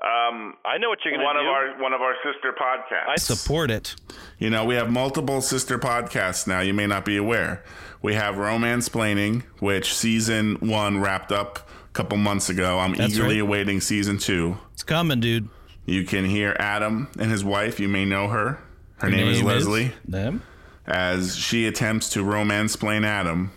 S3: um,
S5: I know what you're gonna
S3: one
S5: do.
S3: of our one of our sister podcasts.
S5: I
S4: Support it.
S3: You know, we have multiple sister podcasts now. You may not be aware. We have Romance Planning, which season one wrapped up a couple months ago. I'm eagerly
S4: right.
S3: awaiting season two.
S4: It's coming, dude.
S3: You can hear Adam and his wife. You may know her. Her, name, is Leslie.
S4: Them?
S3: as she attempts to romance plain Adam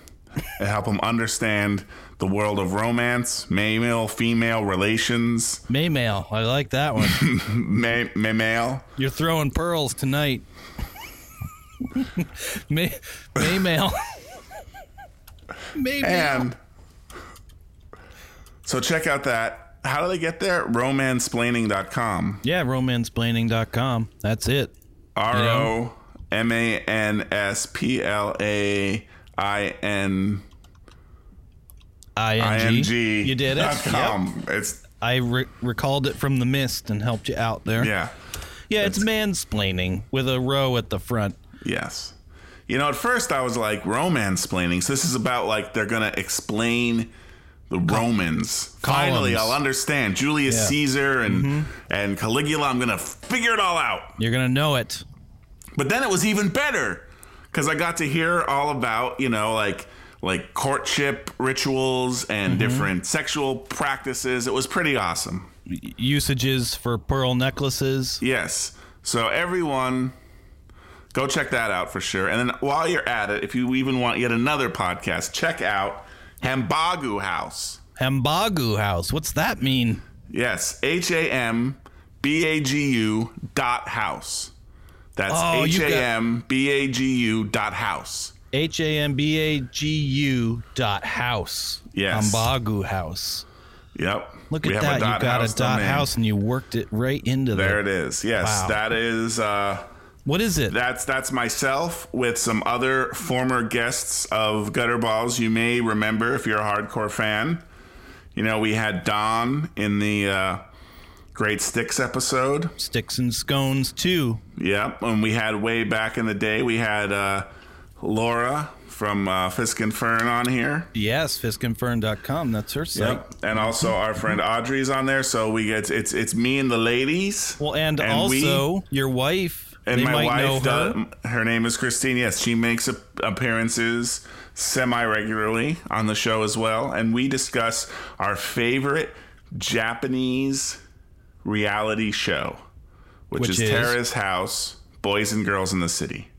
S3: and help him understand the world of romance, male female relations,
S4: Maymail. I like that one.
S3: ma- ma- male.
S4: You're throwing pearls tonight. May Maymail. Maybe.
S3: And so check out that. How do they get there? Romansplaining.com.
S4: Yeah, romansplaining.com. That's it.
S3: R O M A N S P L A I N
S4: I
S3: I N
S4: N G.
S3: G.
S4: You did it.
S3: dot
S4: Yep.
S3: com. It's,
S4: I re- recalled it from the mist and helped you out there.
S3: yeah.
S4: Yeah, it's mansplaining with a row at the front.
S3: Yes. You know, at first I was like romance planning. So this is about like they're gonna explain the Romans. Finally,
S4: columns.
S3: I'll understand Julius
S4: Yeah. Mm-hmm.
S3: Caesar and and Caligula. I'm gonna figure it all out.
S4: You're gonna know it.
S3: But then it was even better because I got to hear all about you know like like courtship rituals
S4: Mm-hmm.
S3: and different sexual practices. It was pretty awesome.
S4: Usages for pearl necklaces.
S3: Yes. So everyone go check that out for sure. And then while you're at it, if you even want yet another podcast, check out Hambagu House.
S4: Hambagu house. What's that mean?
S3: Yes, H A M B A G U dot house. That's
S4: Oh,
S3: H
S4: you got-
S3: A M B A G U dot house.
S4: H A M B A G U dot house.
S3: Yes.
S4: Hambagu house.
S3: Yep.
S4: Look at that. You got a dot
S3: domain.
S4: house and you worked it right into
S3: There
S4: there.
S3: it is. Yes,
S4: Wow.
S3: that is. Uh,
S4: What is it?
S3: That's that's myself with some other former guests of Gutterballs. You may remember if you're a hardcore fan. You know, we had Don in the uh, Great Sticks episode.
S4: Sticks and scones too.
S3: Yep, and we had way back in the day. We had uh, Laura from uh, Fisk and Fern on here.
S4: Yes, fiskandfern.com. That's her site.
S3: Yep, and also our friend Audrey's on there. So we get it's it's me and the ladies.
S4: Well, and,
S3: we-
S4: also your wife.
S3: And
S4: they
S3: my
S4: might
S3: wife,
S4: know her.
S3: does- her. name is Christine. Yes, she makes ap- appearances semi regularly on the show as well. And we discuss our favorite Japanese reality show, which,
S4: Which
S3: is,
S4: is?
S3: Terrace House Boys and Girls in the City,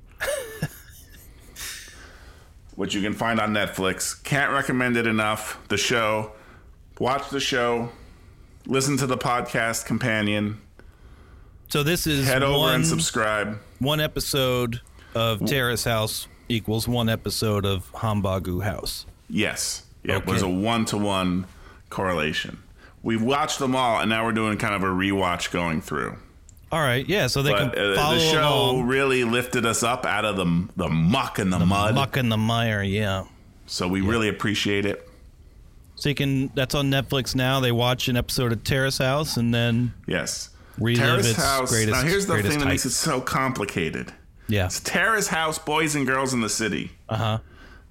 S3: which you can find on Netflix. Can't recommend it enough. The show, watch the show, listen to the podcast companion,
S4: So this is
S3: head over
S4: one,
S3: and subscribe.
S4: one episode of Terrace House equals one episode of Hambagu House.
S3: Yes. Yeah, It
S4: Okay.
S3: was a one to one correlation. We've watched them all, and now we're doing kind of a rewatch going through.
S4: All right, yeah. So they
S3: But
S4: can
S3: uh,
S4: follow
S3: the show
S4: along.
S3: really lifted us up out of the, the muck and the, mud.
S4: Muck in the mire, yeah.
S3: So we really appreciate it.
S4: So you can. That's on Netflix now. They watch an episode of Terrace House, and then
S3: Yes.
S4: Relive
S3: Terrace
S4: its
S3: House.
S4: greatest-
S3: now, here's the
S4: greatest
S3: thing that makes it
S4: heights.
S3: so complicated
S4: yeah,
S3: it's Terrace House, Boys and Girls in the City. Uh
S4: Uh-huh.
S3: huh.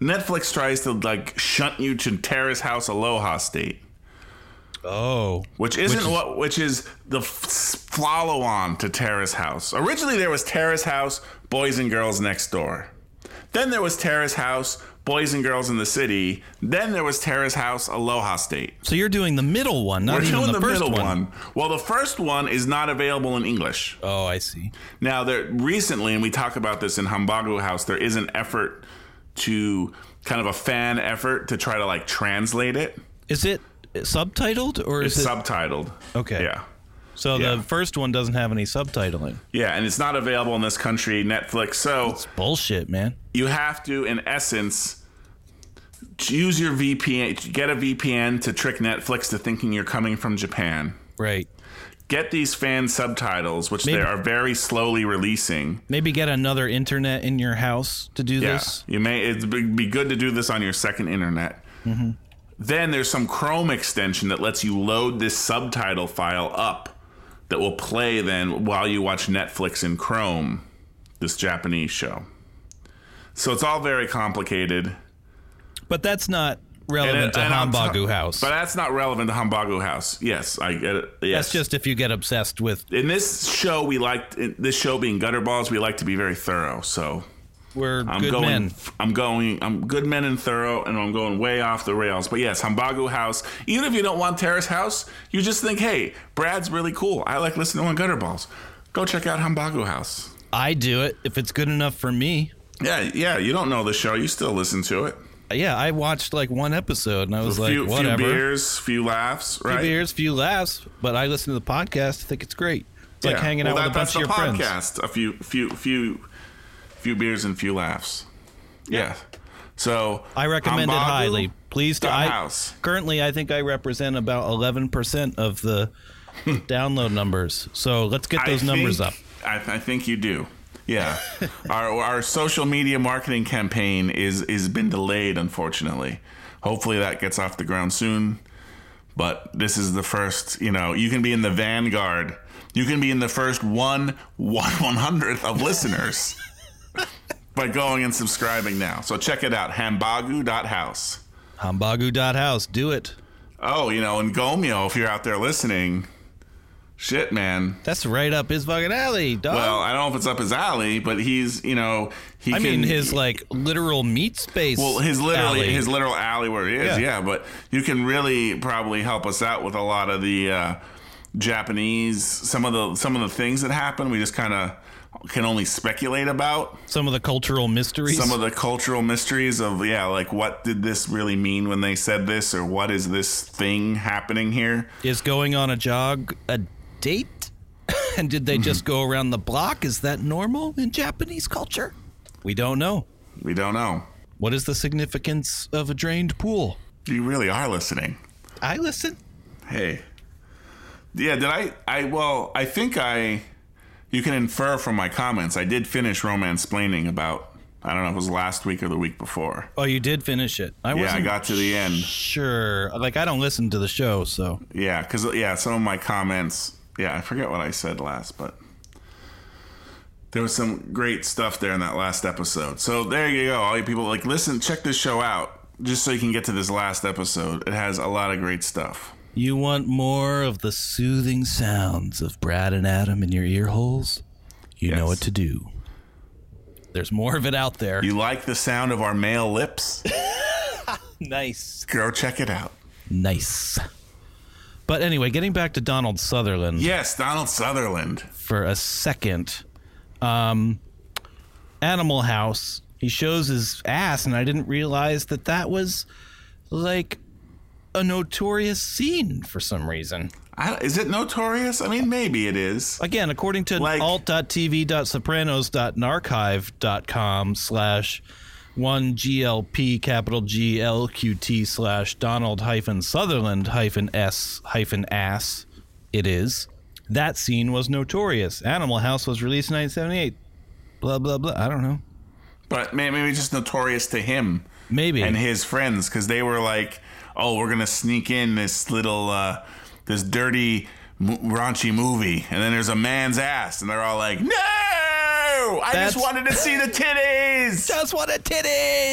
S3: Netflix tries to like shunt you to Terrace House Aloha State.
S4: oh,
S3: which isn't what which is the follow on to Terrace House. Originally there was Terrace House Boys and Girls Next Door. Then there was Terrace House Boys and Girls in the City. Then there was Tara's House, Aloha State.
S4: So you're doing the middle one, not
S3: We're
S4: even
S3: doing
S4: the,
S3: the,
S4: first
S3: middle
S4: one.
S3: one. Well, the first one is not available in English.
S4: Oh, I see.
S3: Now, there recently, and we talk about this in Hambago House, there is an effort to kind of a fan effort to try to like translate it.
S4: Is it subtitled or
S3: It's
S4: is it?
S3: subtitled.
S4: Okay.
S3: Yeah.
S4: so
S3: yeah.
S4: the first one doesn't have any subtitling.
S3: Yeah, and it's not available in this country, Netflix. So
S4: Bullshit, man.
S3: you have to, in essence, use your VPN, get a VPN to trick Netflix to thinking you're coming from Japan.
S4: Right.
S3: Get these fan subtitles, which
S4: Maybe-
S3: they are very slowly releasing.
S4: Maybe get another internet in your house to do
S3: Yeah,
S4: this.
S3: you may it'd be be good to do this on your second internet.
S4: Mm-hmm.
S3: Then there's some Chrome extension that lets you load this subtitle file up that will play then while you watch Netflix in Chrome, this Japanese show. So it's all very complicated.
S4: But that's not
S3: And-
S4: relevant
S3: and
S4: to
S3: I'm
S4: Hambagu
S3: ta-
S4: House.
S3: But that's not relevant to Hambagu House. Yes, I get it. Yes.
S4: that's just if you get obsessed with.
S3: in this show we liked in this show being gutter balls, we like to be very thorough. So
S4: We're
S3: I'm
S4: good
S3: going.
S4: men.
S3: I'm going. I'm good men and thorough, and I'm going way off the rails. But yes, Hambagu House. Even if you don't want Terrace House, you just think, hey, Brad's really cool. I like listening on gutter balls. Go check out Hambagu House.
S4: I do it if it's good enough for me.
S3: Yeah, yeah. You don't know the show. You still listen to it.
S4: Yeah, I watched like one episode and I was like,
S3: few, few
S4: whatever.
S3: beers, few laughs,
S4: Few
S3: right?
S4: beers, few laughs. But I listen to the podcast. I think it's great. It's like
S3: Yeah.
S4: hanging out
S3: Well,
S4: with a
S3: that-
S4: bunch of your
S3: that's the
S4: friends.
S3: podcast. A few, few, few, few beers and few laughs. Yeah. So
S4: I recommend it
S3: Hambagu
S4: highly. Please,
S3: Gun
S4: I
S3: House.
S4: currently I think I represent about eleven percent of the download numbers. So let's get those
S3: I
S4: numbers
S3: think-
S4: up.
S3: I, I think you do. Yeah, our our social media marketing campaign is is been delayed, unfortunately. Hopefully that gets off the ground soon. But this is the first. You know, you can be in the vanguard. You can be in the first one one one hundredth of listeners by going and subscribing now. So check it out, hambagu.house.
S4: Hambagu.house, do it.
S3: Oh, you know, and Gomeo, if you're out there listening, shit, man,
S4: That's right up his fucking alley, dog.
S3: Well, I don't know if it's up his alley, but he's you know he
S4: I
S3: can,
S4: mean his like literal meat space.
S3: well his literally
S4: alley.
S3: his literal alley where he is.
S4: Yeah.
S3: Yeah. but you can really probably help us out with a lot of the uh, Japanese some of the some of the things that happen. We just kind of can only speculate about
S4: some of the cultural mysteries.
S3: some of the cultural mysteries of yeah, like what did this really mean when they said this, or what is this thing happening here?
S4: is going on a jog a date? and did they just
S3: Mm-hmm.
S4: go around the block? Is that normal in Japanese culture? We don't know.
S3: We don't know.
S4: What is the significance of a drained pool?
S3: You really are listening.
S4: I listen.
S3: Hey. Yeah, did I I well, I think I you can infer from my comments. I did finish romance planning about I don't know if it was last week or the week before.
S4: Oh, you did finish it. I
S3: Yeah, I
S4: wasn't
S3: got to the end.
S4: sure. Like I don't listen to the show, so
S3: Yeah, cuz yeah, some of my comments. Yeah, I forget what I said last, but there was some great stuff there in that last episode. So there you go. All you people like listen, check this show out just so you can get to this last episode. It has a lot of great stuff.
S4: you want more of the soothing sounds of Brad and Adam in your ear holes? You know
S3: Yes.
S4: what to do. There's more of it out there.
S3: You like the sound of our male lips?
S4: nice.
S3: Go check it out.
S4: Nice. But anyway, getting back to Donald Sutherland
S3: Yes, Donald Sutherland.
S4: for a second. Um Animal House. He shows his ass and I didn't realize that that was like a notorious scene for some reason.
S3: I, is it notorious? I mean, maybe it is.
S4: again according to
S3: Like-
S4: alt.tv.sopranos.narchive.com slash 1glp capital glqt slash donald hyphen sutherland hyphen s hyphen ass it is that scene was notorious animal house was released in 1978 blah blah blah i don't know
S3: But may- maybe just notorious to him
S4: maybe
S3: and his friends because they were like, "Oh, we're gonna sneak in this little, uh, this dirty, mo- raunchy movie," and then there's a man's ass, and they're all like, "No, I
S4: That's-
S3: just wanted to see the titties."
S4: just what it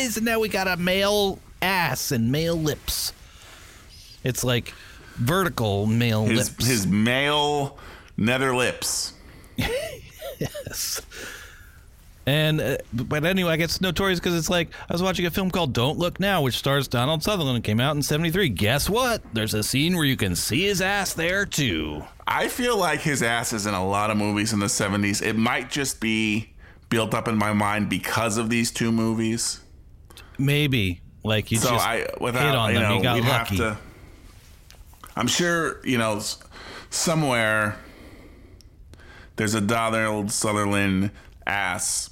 S4: is. And now we got a male ass and male lips. It's like vertical male
S3: his
S4: lips.
S3: his male nether lips.
S4: And uh, but anyway, I guess it's notorious because it's like I was watching a film called Don't Look Now, which stars Donald Sutherland. It came out in '73. Guess what? There's a scene where you can see his ass there too.
S3: I feel like his ass is in a lot of movies in the 70s. It might just be built up in my mind because of these two movies.
S4: Maybe like you
S3: So
S4: just
S3: I, without,
S4: hit on
S3: you
S4: them,
S3: know,
S4: you got
S3: we'd
S4: lucky.
S3: have to. I'm sure, you know, s- somewhere there's a Donald Sutherland ass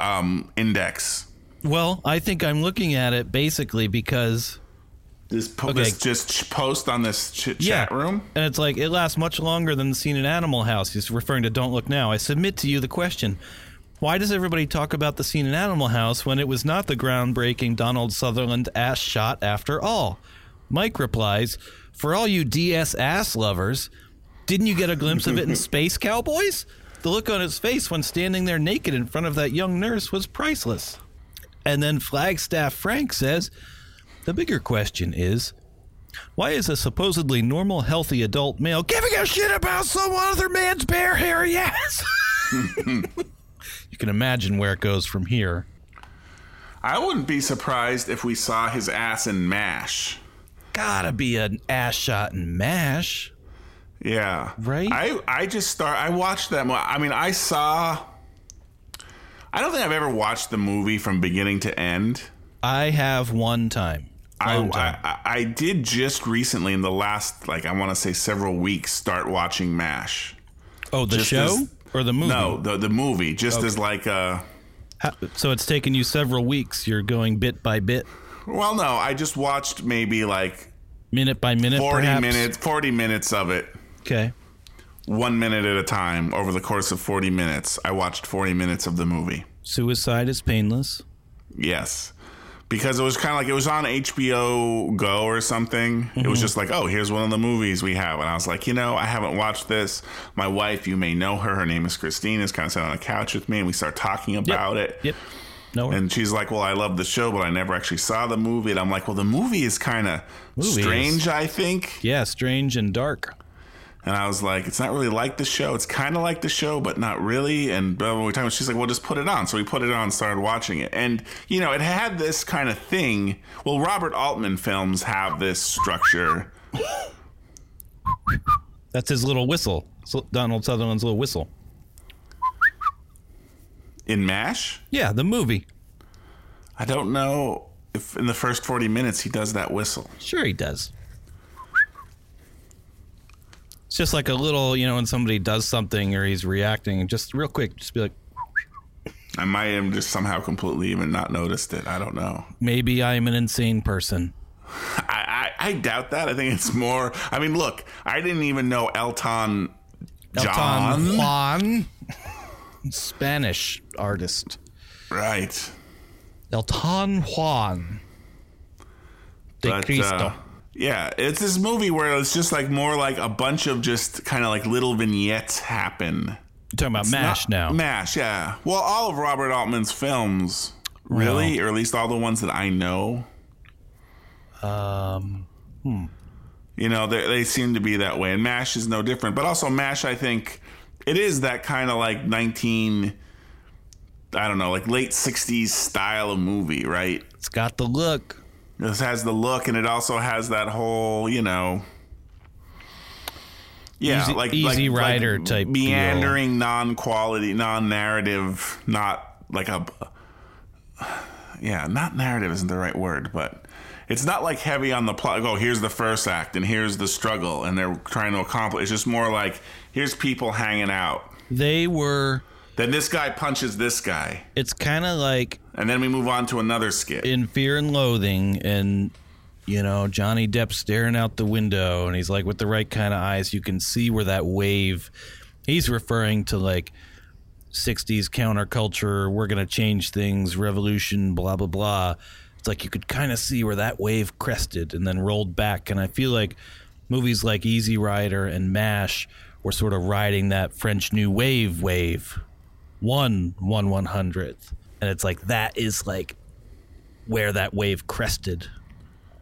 S3: um, index.
S4: Well, I think I'm looking at it basically because
S3: This, po-
S4: Okay.
S3: this just ch- post on this ch- chat room.
S4: And it's like, it lasts much longer than the scene in Animal House. He's referring to Don't Look Now. I submit to you the question Why does everybody talk about the scene in Animal House when it was not the groundbreaking Donald Sutherland ass shot after all? Mike replies, For all you DS ass lovers, didn't you get a glimpse of it in Space Cowboys? The look on his face when standing there naked in front of that young nurse was priceless. And then Flagstaff Frank says, The bigger question is, why is a supposedly normal, healthy adult male giving a shit about some other man's bare, hairy ass? you can imagine where it goes from here.
S3: I wouldn't be surprised if we saw his ass in MASH.
S4: Gotta be an ass shot and mash.
S3: Yeah.
S4: Right?
S3: I I just start I watched that mo- I mean, I saw I don't think I've ever watched the movie from beginning to end.
S4: I have one time.
S3: I,
S4: Long time.
S3: Oh, I I did just recently in the last like I want to say several weeks start watching MASH.
S4: oh, the
S3: just
S4: show
S3: this-
S4: or the movie?
S3: No, the the movie just as like uh, a
S4: Ha- so it's taken you several weeks. You're going bit by bit,
S3: well no, I just watched maybe like
S4: minute by minute.
S3: 40
S4: perhaps?
S3: minutes 40 minutes of it.
S4: Okay.
S3: 1 minute at a time over the course of 40 minutes. I watched 40 minutes of the movie.
S4: Suicide is painless.
S3: Yes. Because it was kind of like it was on HBO Go or something. It
S4: Mm-hmm.
S3: was just like, oh, here's one of the movies we have. And I was like, you know, I haven't watched this. My wife, you may know her, her name is Christine, is kind of sitting on a couch with me and we start talking about it.
S4: Yep. No.
S3: And she's like, well, I love the show, but I never actually saw the movie. And I'm like, well, the movie is kind of
S4: Movie is-
S3: strange, I think.
S4: yeah, strange and dark.
S3: And I was like, it's not really like the show. It's kind of like the show, but not really. And blah, blah, blah, we're talking, she's like, well, just put it on. So we put it on and started watching it. And, you know, it had this kind of thing. Well, Robert Altman films have this structure.
S4: That's his little whistle. So- Donald Sutherland's little whistle.
S3: In MASH,
S4: Yeah, the movie.
S3: I don't know if in the first 40 minutes he does that whistle.
S4: Sure, he does. It's just like a little, you know, when somebody does something or he's reacting, just real quick, just be like,
S3: I might have just somehow completely even not noticed it. I don't know.
S4: maybe I'm an insane person.
S3: I, I, I doubt that. I think it's more. I mean, look, I didn't even know Elton John.
S4: Elton Juan. Spanish artist.
S3: Right.
S4: Elton Juan. De
S3: But,
S4: Cristo.
S3: uh, yeah, it's this movie where it's just like more like a bunch of just kind of like little vignettes happen.
S4: You're talking about
S3: Not-
S4: MASH now.
S3: Mash, yeah. Well, all of Robert Altman's films, really, or at least all the ones that I know. Um,
S4: Um, hmm.
S3: You know, they, they seem to be that way, and Mash is no different. But also, Mash, I think, it is that kind of like nineteen, I don't know, like late '60s style of movie, right?
S4: it's got the look.
S3: This has the look, and it also has that whole, you know, yeah,
S4: Easy-
S3: like
S4: Easy
S3: like,
S4: Rider
S3: like
S4: type
S3: meandering, non-quality, non-narrative, not like a, yeah, not narrative isn't the right word, but it's not like heavy on the plot. Go, here's the first act, and here's the struggle, and they're trying to accomplish. It's just more like here's people hanging out.
S4: They were.
S3: Then this guy punches this guy,
S4: It's kind of like
S3: and then we move on to another skit.
S4: in Fear and Loathing, and you know Johnny Depp staring out the window, and he's like with the right kind of eyes, you can see where that wave. He's referring to like '60s counterculture. We're gonna change things, revolution, blah blah blah. It's like you could kind of see where that wave crested and then rolled back, and I feel like movies like Easy Rider and Mash were sort of riding that French New Wave wave. One one one hundredth. And it's like that is like where that wave crested,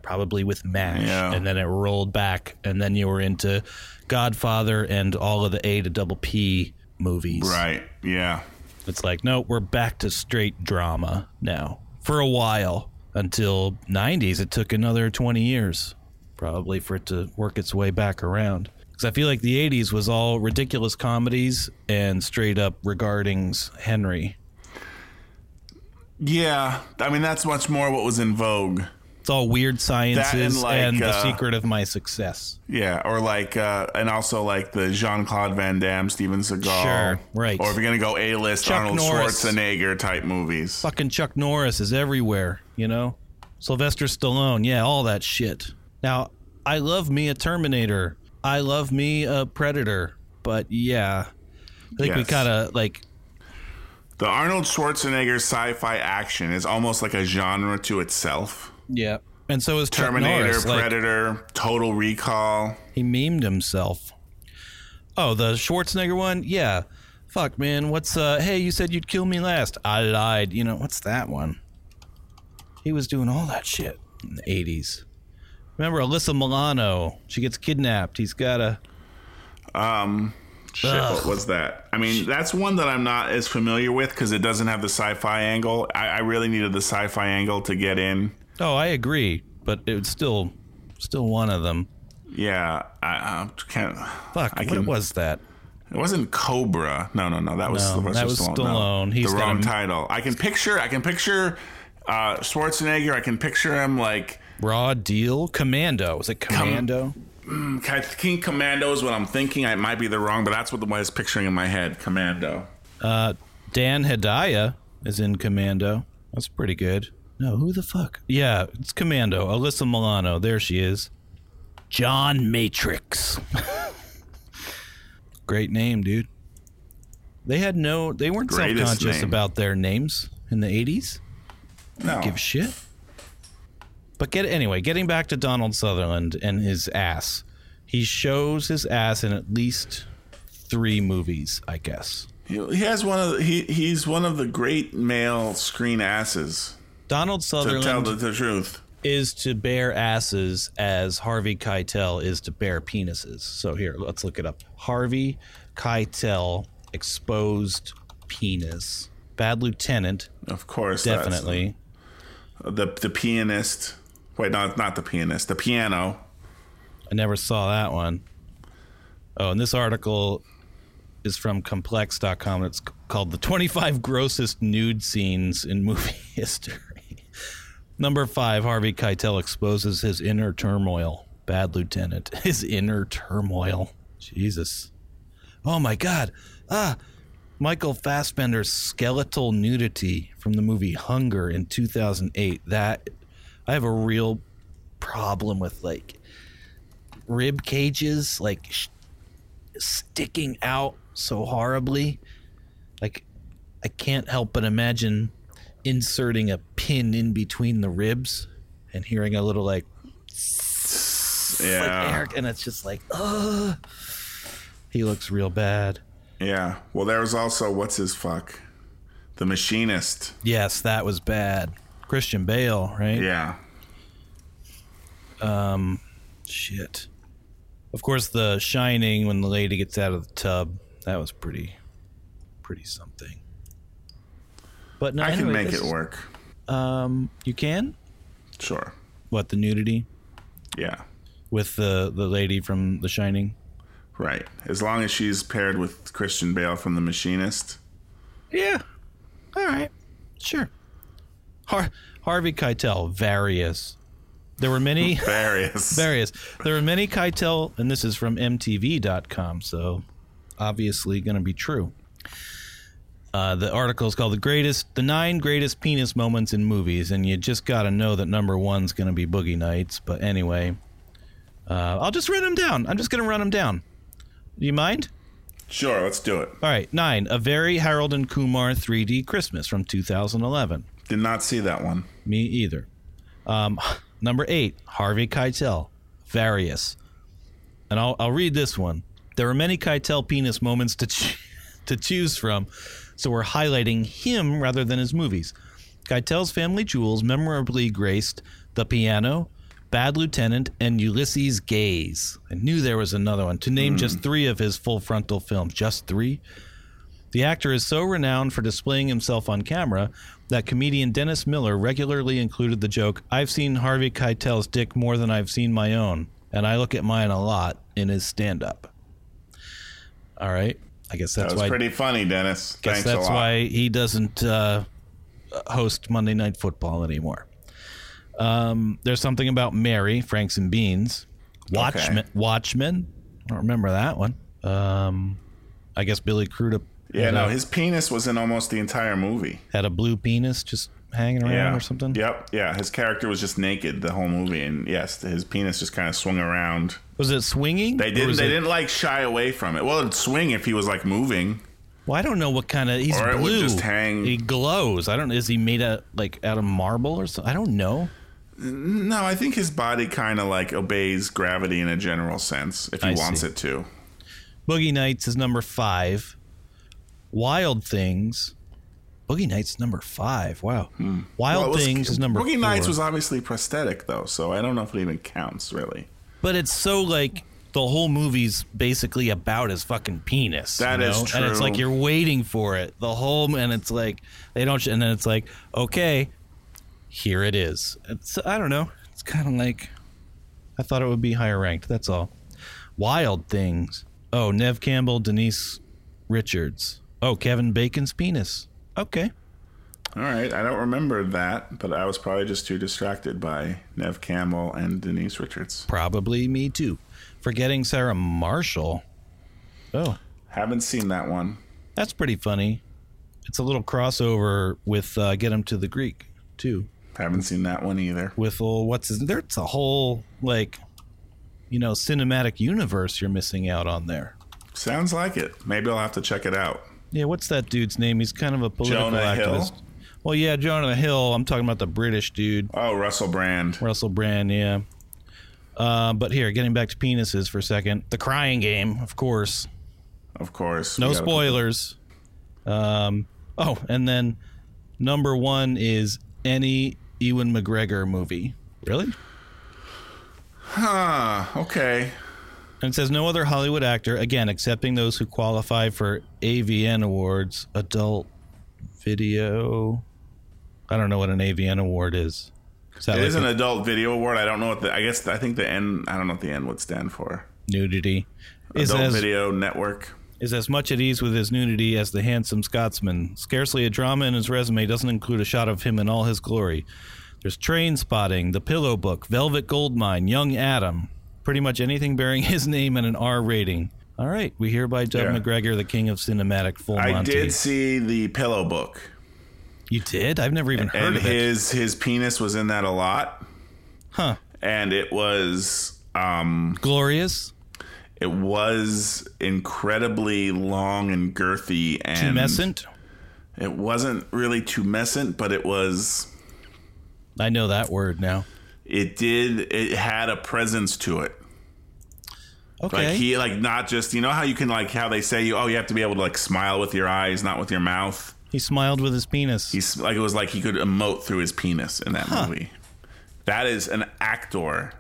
S4: probably with MASH,
S3: Yeah.
S4: and then it rolled back, and then you were into Godfather and all of the A to double P movies.
S3: right? Yeah.
S4: It's like, no, we're back to straight drama now for a while until 90s. It took another 20 years probably for it to work its way back around. Because I feel like the 80s was all ridiculous comedies and straight up regardings Henry.
S3: Yeah, I mean that's much more what was in vogue.
S4: It's all weird sciences and,
S3: like,
S4: the
S3: uh,
S4: secret of my success.
S3: Yeah, or like, uh, and also like the Jean Claude Van Damme, Steven Seagal,
S4: Sure, right.
S3: Or if you're gonna go A list,
S4: Chuck
S3: Arnold
S4: Norris.
S3: Schwarzenegger type movies.
S4: Fucking Chuck Norris is everywhere, you know? Sylvester Stallone, yeah, all that shit. Now, I love me a Terminator. I love me a Predator. But yeah, I think we
S3: Yes.
S4: kind of like
S3: The Arnold Schwarzenegger sci-fi action is almost like a genre to itself.
S4: Yeah. And so is Chuck
S3: Terminator,
S4: Norris. Like,
S3: Predator, Total Recall.
S4: he memed himself. Oh, the Schwarzenegger one? Yeah. Fuck, man. What's, uh, hey, you said you'd kill me last. I lied. You know, what's that one? He was doing all that shit in the 80s. Remember Alyssa Milano? She gets kidnapped. He's got a.
S3: Shit, what was that? I mean, that's one that I'm not as familiar with because it doesn't have the sci-fi angle. I, I really needed the sci-fi angle to get in.
S4: Oh, I agree. But it was still, still one of them.
S3: Yeah, I, I can't.
S4: Fuck,
S3: I
S4: what was that?
S3: It wasn't Cobra. No, no, no. That was
S4: No,
S3: Sylvester
S4: that was
S3: Stallone.
S4: Stallone.
S3: No,
S4: He's
S3: the
S4: got
S3: wrong
S4: a-
S3: title. I can picture. I can picture uh, Schwarzenegger. I can picture him like
S4: Raw Deal? Commando. Was it Commando?
S3: "Mm, I think Commando is what I'm thinking. I might be the wrong, but that's what the one is picturing in my head. Commando.
S4: Dan Hedaya is in Commando. That's pretty good. No, who the fuck? Yeah, it's Commando. Alyssa Milano. There she is. John Matrix. Great name, dude. They had no, they weren't self
S3: Greatest
S4: conscious
S3: name.
S4: about their names in the 80s.
S3: No.
S4: Give a shit. But get anyway, getting back to Donald Sutherland and his ass. He shows his ass in at least three movies, I guess.
S3: He, he has one of the, he he's one of the great male screen asses.
S4: Donald
S3: To
S4: Sutherland.
S3: tell the, the truth.
S4: is to bear asses as Harvey Keitel is to bear penises. So here, let's look it up. Harvey Keitel exposed penis. Bad Lieutenant,
S3: Of course, that's-
S4: definitely.
S3: the the pianist. Wait, not not the pianist. The piano.
S4: I never saw that one. Oh, and this article is from complex.com. It's c- called The 25 Grossest Nude Scenes in Movie History. Number five, Harvey Keitel exposes his inner turmoil. Bad Lieutenant. His inner turmoil. Jesus. Oh my God. Ah, Michael Fassbender's skeletal nudity from the movie Hunger in 2008. That, I have a real problem with like rib cages like sh- sticking out so horribly. Like I can't help but imagine inserting a pin in between the ribs and hearing a little like
S3: Yeah.
S4: Eric, and it's just like, ugh. He looks real bad.
S3: Yeah. Well, there was also what's his fuck, the machinist.
S4: Yes, that was bad. Christian Bale, right?
S3: Yeah.
S4: Shit. Of course, The Shining when the lady gets out of the tub. That was pretty, pretty something. But no,
S3: I can
S4: anyway,
S3: make
S4: this
S3: it
S4: is-
S3: work.
S4: Um, you can.
S3: Sure.
S4: What the nudity
S3: Yeah.
S4: with the the lady from The Shining?
S3: Right. As long as she's paired with Christian Bale from The Machinist.
S4: Yeah. All right. Sure. Har- Harvey Keitel, various. There were many.
S3: Various.
S4: Various. There are many Keitel, and this is from MTV.com, so obviously going to be true. Uh, the article is called "The Greatest: The Nine Greatest Penis Moments in Movies," and you just got to know that number one's going to be Boogie Nights. But anyway, uh, I'll just run them down. I'm just going to run them down. Do you mind?
S3: Sure. Let's do it.
S4: All right, nine. A very Harold and Kumar 3D Christmas from 2011.
S3: Did not see that one.
S4: Me either. Um, number eight, Harvey Keitel, various. And I'll, I'll read this one. There are many Keitel penis moments to cho- to choose from, so we're highlighting him rather than his movies. Keitel's family jewels memorably graced The Piano, Bad Lieutenant, and Ulysses Gaze. I knew there was another one. To name just three of his full frontal films, just three. The actor is so renowned for displaying himself on camera that comedian Dennis Miller regularly included the joke, I've seen Harvey Keitel's dick more than I've seen my own, and I look at mine a lot in his stand up. All right. I guess that's
S3: That was
S4: why
S3: pretty funny, Dennis.
S4: guess
S3: Thanks
S4: that's
S3: a lot.
S4: why he doesn't uh, host Monday Night Football anymore. Um, there's something about Mary, Franks and Beans, Watchmen. Watchmen. I don't remember that one. Um, I guess Billy Crudup
S3: yeah,
S4: had,
S3: no,
S4: a,
S3: his penis was in almost the entire movie.
S4: had a blue penis just hanging around
S3: Yeah,
S4: or something.
S3: Yep, yeah. His character was just naked the whole movie, and yes, his penis just kind of swung around.
S4: Was it swinging?
S3: They
S4: Or
S3: didn't.
S4: was
S3: They
S4: it-
S3: didn't like shy away from it. Well, it'd swing if he was like moving.
S4: Well, I don't know what kind of he's
S3: Or it would
S4: blue.
S3: just hang.
S4: He glows. I don't. Is he made out like out of marble or something? I don't know.
S3: No, I think his body kind of like obeys gravity in a general sense if he
S4: I
S3: wants
S4: see.
S3: it to.
S4: Boogie Nights is number five. Wild Things. Boogie Nights number five. Wow. Wild
S3: Hmm. Well, it was-
S4: Things is number
S3: Boogie
S4: four.
S3: Nights was obviously prosthetic though, so I don't know if it even counts really.
S4: but it's so like the whole movie's basically about his fucking penis.
S3: That
S4: That
S3: is
S4: is And it's
S3: true.
S4: like you're waiting for it the whole, and it's like they don't, and then it's like okay, here it is. It's I don't know. It's kind of like I thought it would be higher ranked. That's all. Wild things. Oh, Nev Campbell, Denise Richards. Oh, Kevin Bacon's penis. Okay.
S3: All right, I don't remember that, but I was probably just too distracted by Nev Campbell and Denise Richards.
S4: Probably me too. Forgetting Sarah Marshall. Oh,
S3: Haven't seen that one.
S4: that's pretty funny. It's a little crossover with uh, Get Him to the Greek too.
S3: Haven't seen that one either.
S4: With old what's his? There's a whole like, you know, cinematic universe you're missing out on there.
S3: Sounds like it. Maybe I'll have to check it out.
S4: Yeah, what's that dude's name? He's kind of a political
S3: Jonah Hill?
S4: activist. Well, yeah, Jonah Hill. I'm talking about the British dude,
S3: Oh, Russell Brand.
S4: Russell Brand. Yeah. Uh, but here, getting back to penises for a second. The Crying Game, of course.
S3: Of course.
S4: No
S3: We gotta-
S4: spoilers. Um, oh, and then number one is any Ewan McGregor movie. Really?
S3: Huh, okay.
S4: And it says no other Hollywood actor, again, excepting those who qualify for AVN awards, adult video. I don't know what an AVN award is. Is that
S3: It
S4: like
S3: is
S4: a
S3: an adult video award. I don't know what the. I guess I think the N. I don't know what the N would stand for.
S4: nudity? Is
S3: Adult
S4: as,
S3: Video Network.
S4: is as much at ease with his nudity as the handsome Scotsman. Scarcely a drama in his resume doesn't include a shot of him in all his glory. There's Train Spotting, The Pillow Book, Velvet Goldmine, Young Adam. Pretty much anything bearing his name and an R rating. All right, we hereby dub
S3: Yeah.
S4: McGregor the king of cinematic full
S3: I
S4: Monty.
S3: did see the Pillow Book,
S4: You did? I've never even heard
S3: and
S4: of it.
S3: his his penis was in that a lot,
S4: Huh.
S3: and it was um
S4: Glorious?
S3: it was incredibly long and girthy and
S4: Tumescent?
S3: It wasn't really tumescent, but it was.
S4: I know that word now.
S3: It did. It had a presence to it.
S4: Okay.
S3: Like he like not just you know how you can like how they say you oh you have to be able to like smile with your eyes not with your mouth.
S4: he smiled with his penis.
S3: He's like it was like he could emote through his penis in that movie. That is an actor,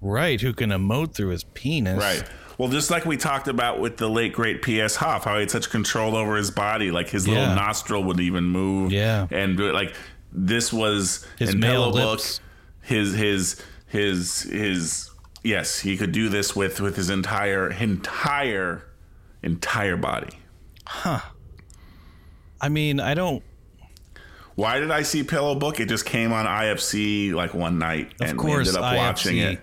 S4: right, who can emote through his penis.
S3: right? Well, just like we talked about with the late great P.S. Hoff, how he had such control over his body, like his little
S4: Yeah.
S3: nostril would even move,
S4: Yeah.
S3: and do it. like this was
S4: His
S3: in Pillow
S4: male
S3: Book,
S4: lips.
S3: his his his his yes, he could do this with with his entire entire entire body.
S4: I mean, I don't
S3: Why did I see Pillow Book? It just came on IFC like one night,
S4: Of
S3: and
S4: course,
S3: we ended up
S4: IFC.
S3: watching it.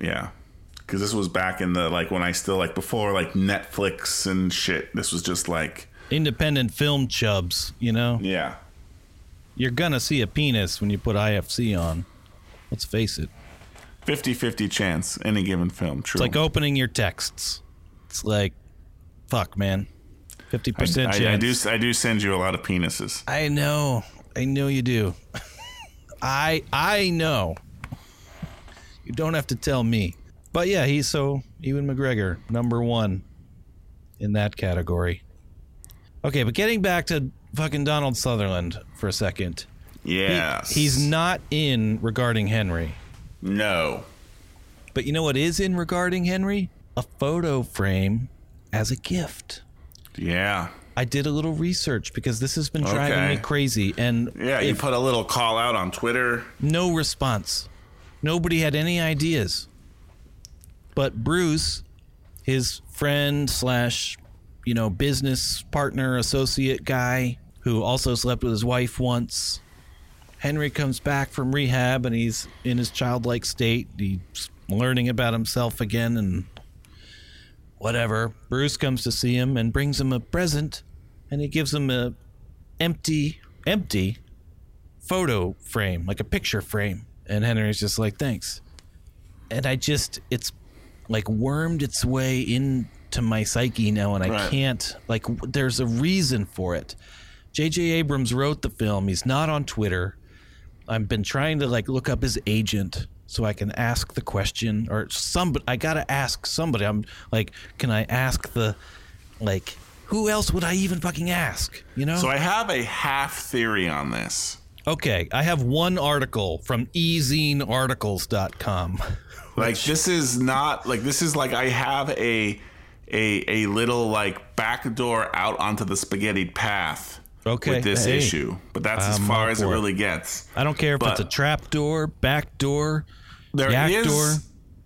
S3: Yeah, because this was back in the like when I still like before like Netflix and shit. This was just like
S4: independent film chubs, you know?
S3: yeah,
S4: You're gonna see a penis when you put IFC on. Let's face it.
S3: 50-50 chance any given film. True.
S4: It's like oh, opening your texts. It's like fuck, man. Fifty percent chance.
S3: I, I do I do send you a lot of penises.
S4: I know. I know you do. I I know. You don't have to tell me. But yeah, he's so Ewan McGregor, number one in that category. Okay, but getting back to fucking Donald Sutherland for a second.
S3: Yeah,
S4: He's not in regarding Henry.
S3: no.
S4: But you know what is in regarding Henry? A photo frame as a gift.
S3: Yeah,
S4: I did a little research because this has been driving
S3: Okay.
S4: me crazy, and
S3: Yeah, you
S4: if
S3: put a little call out on Twitter.
S4: no response. Nobody had any ideas. But Bruce, his friend slash, you know, business partner, associate guy who also slept with his wife once. Henry comes back from rehab and he's in his childlike state. He's learning about himself again and whatever. Bruce comes to see him and brings him a present and he gives him a empty empty photo frame, like a picture frame. And Henry's just like, thanks. And I just, it's like wormed its way into my psyche now, and I
S3: Right.
S4: can't, like, w- there's a reason for it. J.J. Abrams wrote the film. He's not on Twitter. I've been trying to, like, look up his agent so I can ask the question or somebody. I got to ask somebody. I'm like, can I ask the, like, who else would I even fucking ask? You know?
S3: So I have a half theory on this.
S4: Okay, I have one article from e ezinearticles.com.
S3: Like this is not like this is like I have a a a little like backdoor out onto the spaghetti path
S4: Okay,
S3: with this
S4: hey.
S3: issue. But that's as
S4: I'm
S3: far
S4: all
S3: as it
S4: for it.
S3: really gets.
S4: I don't care if
S3: But-
S4: it's a trap door, back door.
S3: There
S4: Yak
S3: is
S4: door.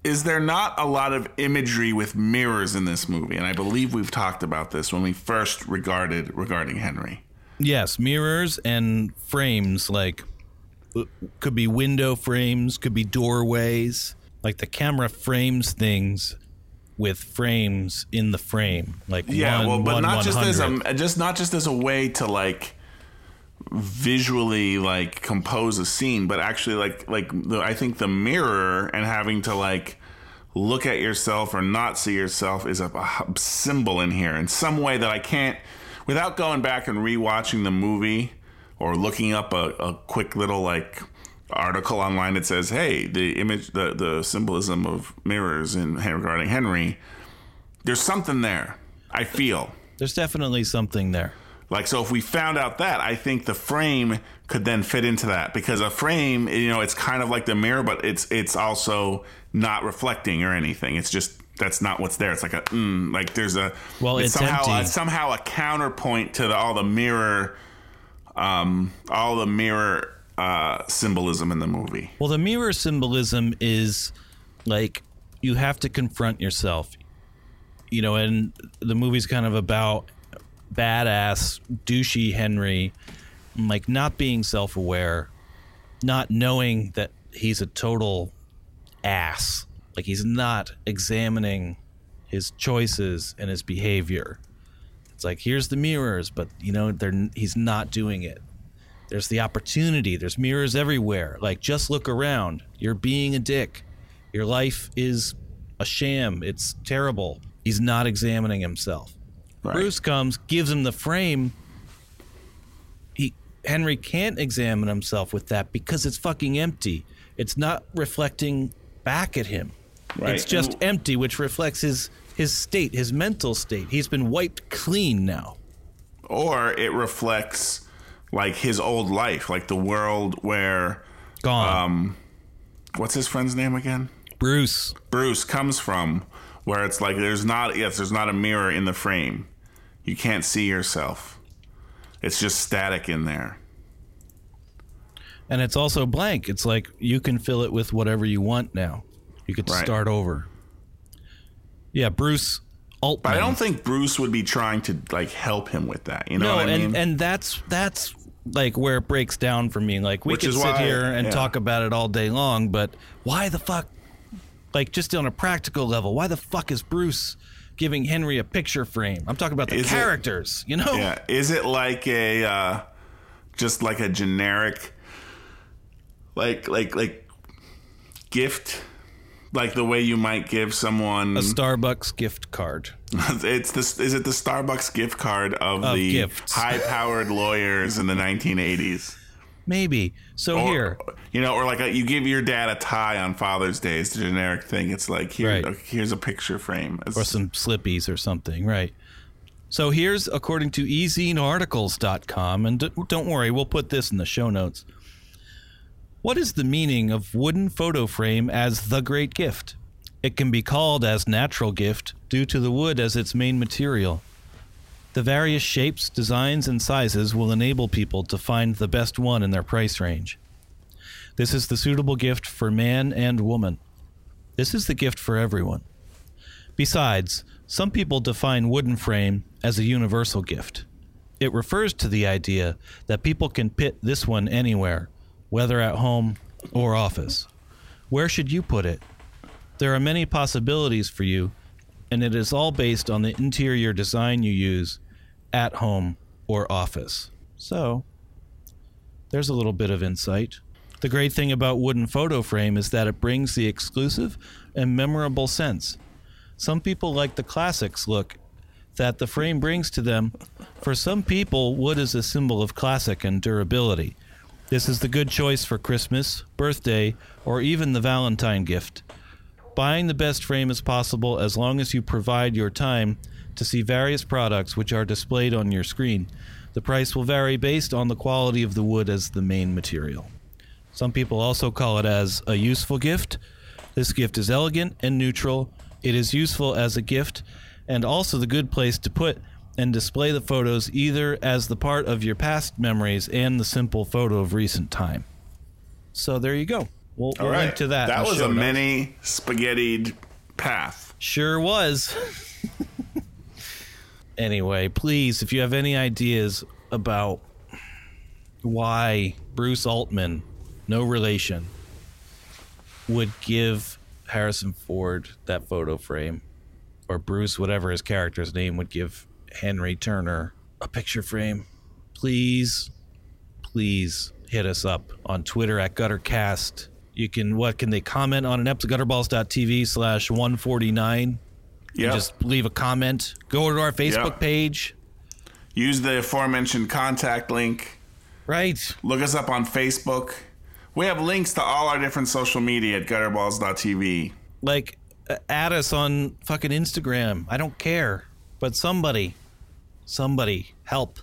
S3: is there not a lot of imagery with mirrors in this movie? And I believe we've talked about this when we first regarded regarding Henry.
S4: Yes, mirrors and frames like w- could be window frames, could be doorways. Like the camera frames things with frames in the frame. Like
S3: Yeah,
S4: one,
S3: well, but
S4: one
S3: not just as
S4: 100th.
S3: a just not just as a way to like visually like compose a scene, but actually like like the, I think the mirror and having to like look at yourself or not see yourself is a, a symbol in here in some way that I can't without going back and rewatching the movie or looking up a, a quick little like article online that says, "Hey, the image the the symbolism of mirrors in regarding Henry." There's something there. I feel.
S4: There's definitely something there.
S3: Like so if we found out that, I think the frame could then fit into that because a frame, you know, it's kind of like the mirror but it's it's also not reflecting or anything. It's just that's not what's there. It's like a mm, like there's a
S4: Well, it's
S3: somehow
S4: empty.
S3: it's somehow a counterpoint to the, all the mirror um all the mirror uh symbolism in the movie.
S4: Well, the mirror symbolism is like you have to confront yourself. You know, and the movie's kind of about badass, douchey Henry, like not being self aware, not knowing that he's a total ass. Like he's not examining his choices and his behavior. It's like here's the mirrors, but you know they're he's not doing it. There's the opportunity. There's mirrors everywhere. Like just look around. You're being a dick. Your life is a sham. It's terrible. He's not examining himself. Bruce comes, gives him the frame. He Henry can't examine himself with that because it's fucking empty. It's not reflecting back at him.
S3: Right.
S4: It's just
S3: And-
S4: empty, which reflects his his state, his mental state. He's been wiped clean now.
S3: Or it reflects like his old life, like the world where
S4: Gone.
S3: Um, what's his friend's name again?
S4: Bruce.
S3: Bruce comes from, where it's like there's not yes, there's not a mirror in the frame. You can't see yourself. It's just static in there.
S4: And it's also blank. It's like you can fill it with whatever you want now. You could
S3: Right.
S4: start over. Yeah, Bruce Altman.
S3: But I don't think Bruce would be trying to like help him with that. You know
S4: no,
S3: what I
S4: and
S3: mean?
S4: and that's that's like where it breaks down for me. Like we
S3: Which
S4: could
S3: is
S4: sit
S3: why-
S4: here and
S3: yeah.
S4: talk about it all day long, but why the fuck? Like just on a practical level, why the fuck is Bruce giving Henry a picture frame? I'm talking about the
S3: Is it-
S4: characters, you know?
S3: yeah, is it like a uh, just like a generic like like like gift? Like the way you might give someone
S4: A Starbucks gift card.
S3: It's this. Is it the Starbucks gift card of,
S4: Of
S3: the
S4: gifts.
S3: high-powered lawyers in the 1980s?
S4: Maybe. So
S3: Or,
S4: here.
S3: you know, or like a, you give your dad a tie on Father's Day. It's a generic thing. It's like here,
S4: Right.
S3: okay, here's a picture frame. It's-
S4: or some slippies or something, right? So here's according to ezinearticles.com and d- don't worry, we'll put this in the show notes. What is the meaning of wooden photo frame as the great gift? It can be called as natural gift due to the wood as its main material. The various shapes, designs, and sizes will enable people to find the best one in their price range. This is the suitable gift for man and woman. This is the gift for everyone. Besides, some people define wooden frame as a universal gift. It refers to the idea that people can pit this one anywhere, whether at home or office. Where should you put it? There are many possibilities for you, and it is all based on the interior design you use at home or office. So, there's a little bit of insight. The great thing about wooden photo frame is that it brings the exclusive and memorable sense. Some people like the classics look that the frame brings to them. For some people, wood is a symbol of classic and durability. This is the good choice for Christmas, birthday, or even the Valentine gift. Buying the best frame is possible as long as you provide your time to see various products which are displayed on your screen. The price will vary based on the quality of the wood as the main material. Some people also call it as a useful gift. This gift is elegant and neutral. It is useful as a gift and also the good place to put and display the photos either as the part of your past memories and the simple photo of recent time. So there you go. We'll,
S3: All
S4: we'll
S3: right.
S4: link to that. in
S3: That
S4: the
S3: was
S4: show
S3: a
S4: notes.
S3: mini spaghettied path.
S4: Sure was. anyway, please, if you have any ideas about why Bruce Altman, no relation, would give Harrison Ford that photo frame, or Bruce, whatever his character's name, would give Henry Turner a picture frame, please, please hit us up on Twitter at Guttercast. You can, what can they comment on an episode? Gutterballs.tv slash 149.
S3: Yeah.
S4: Just leave a comment. Go to our Facebook
S3: Yeah.
S4: page.
S3: Use the aforementioned contact link.
S4: Right.
S3: Look us up on Facebook. We have links to all our different social media at gutterballs.tv.
S4: Like, uh, add us on fucking Instagram. I don't care. But somebody, somebody, help.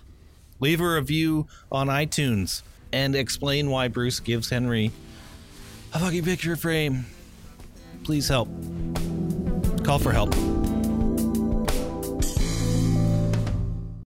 S4: Leave a review on iTunes and explain why Bruce gives Henry a fucking picture frame. Please help. Call for help.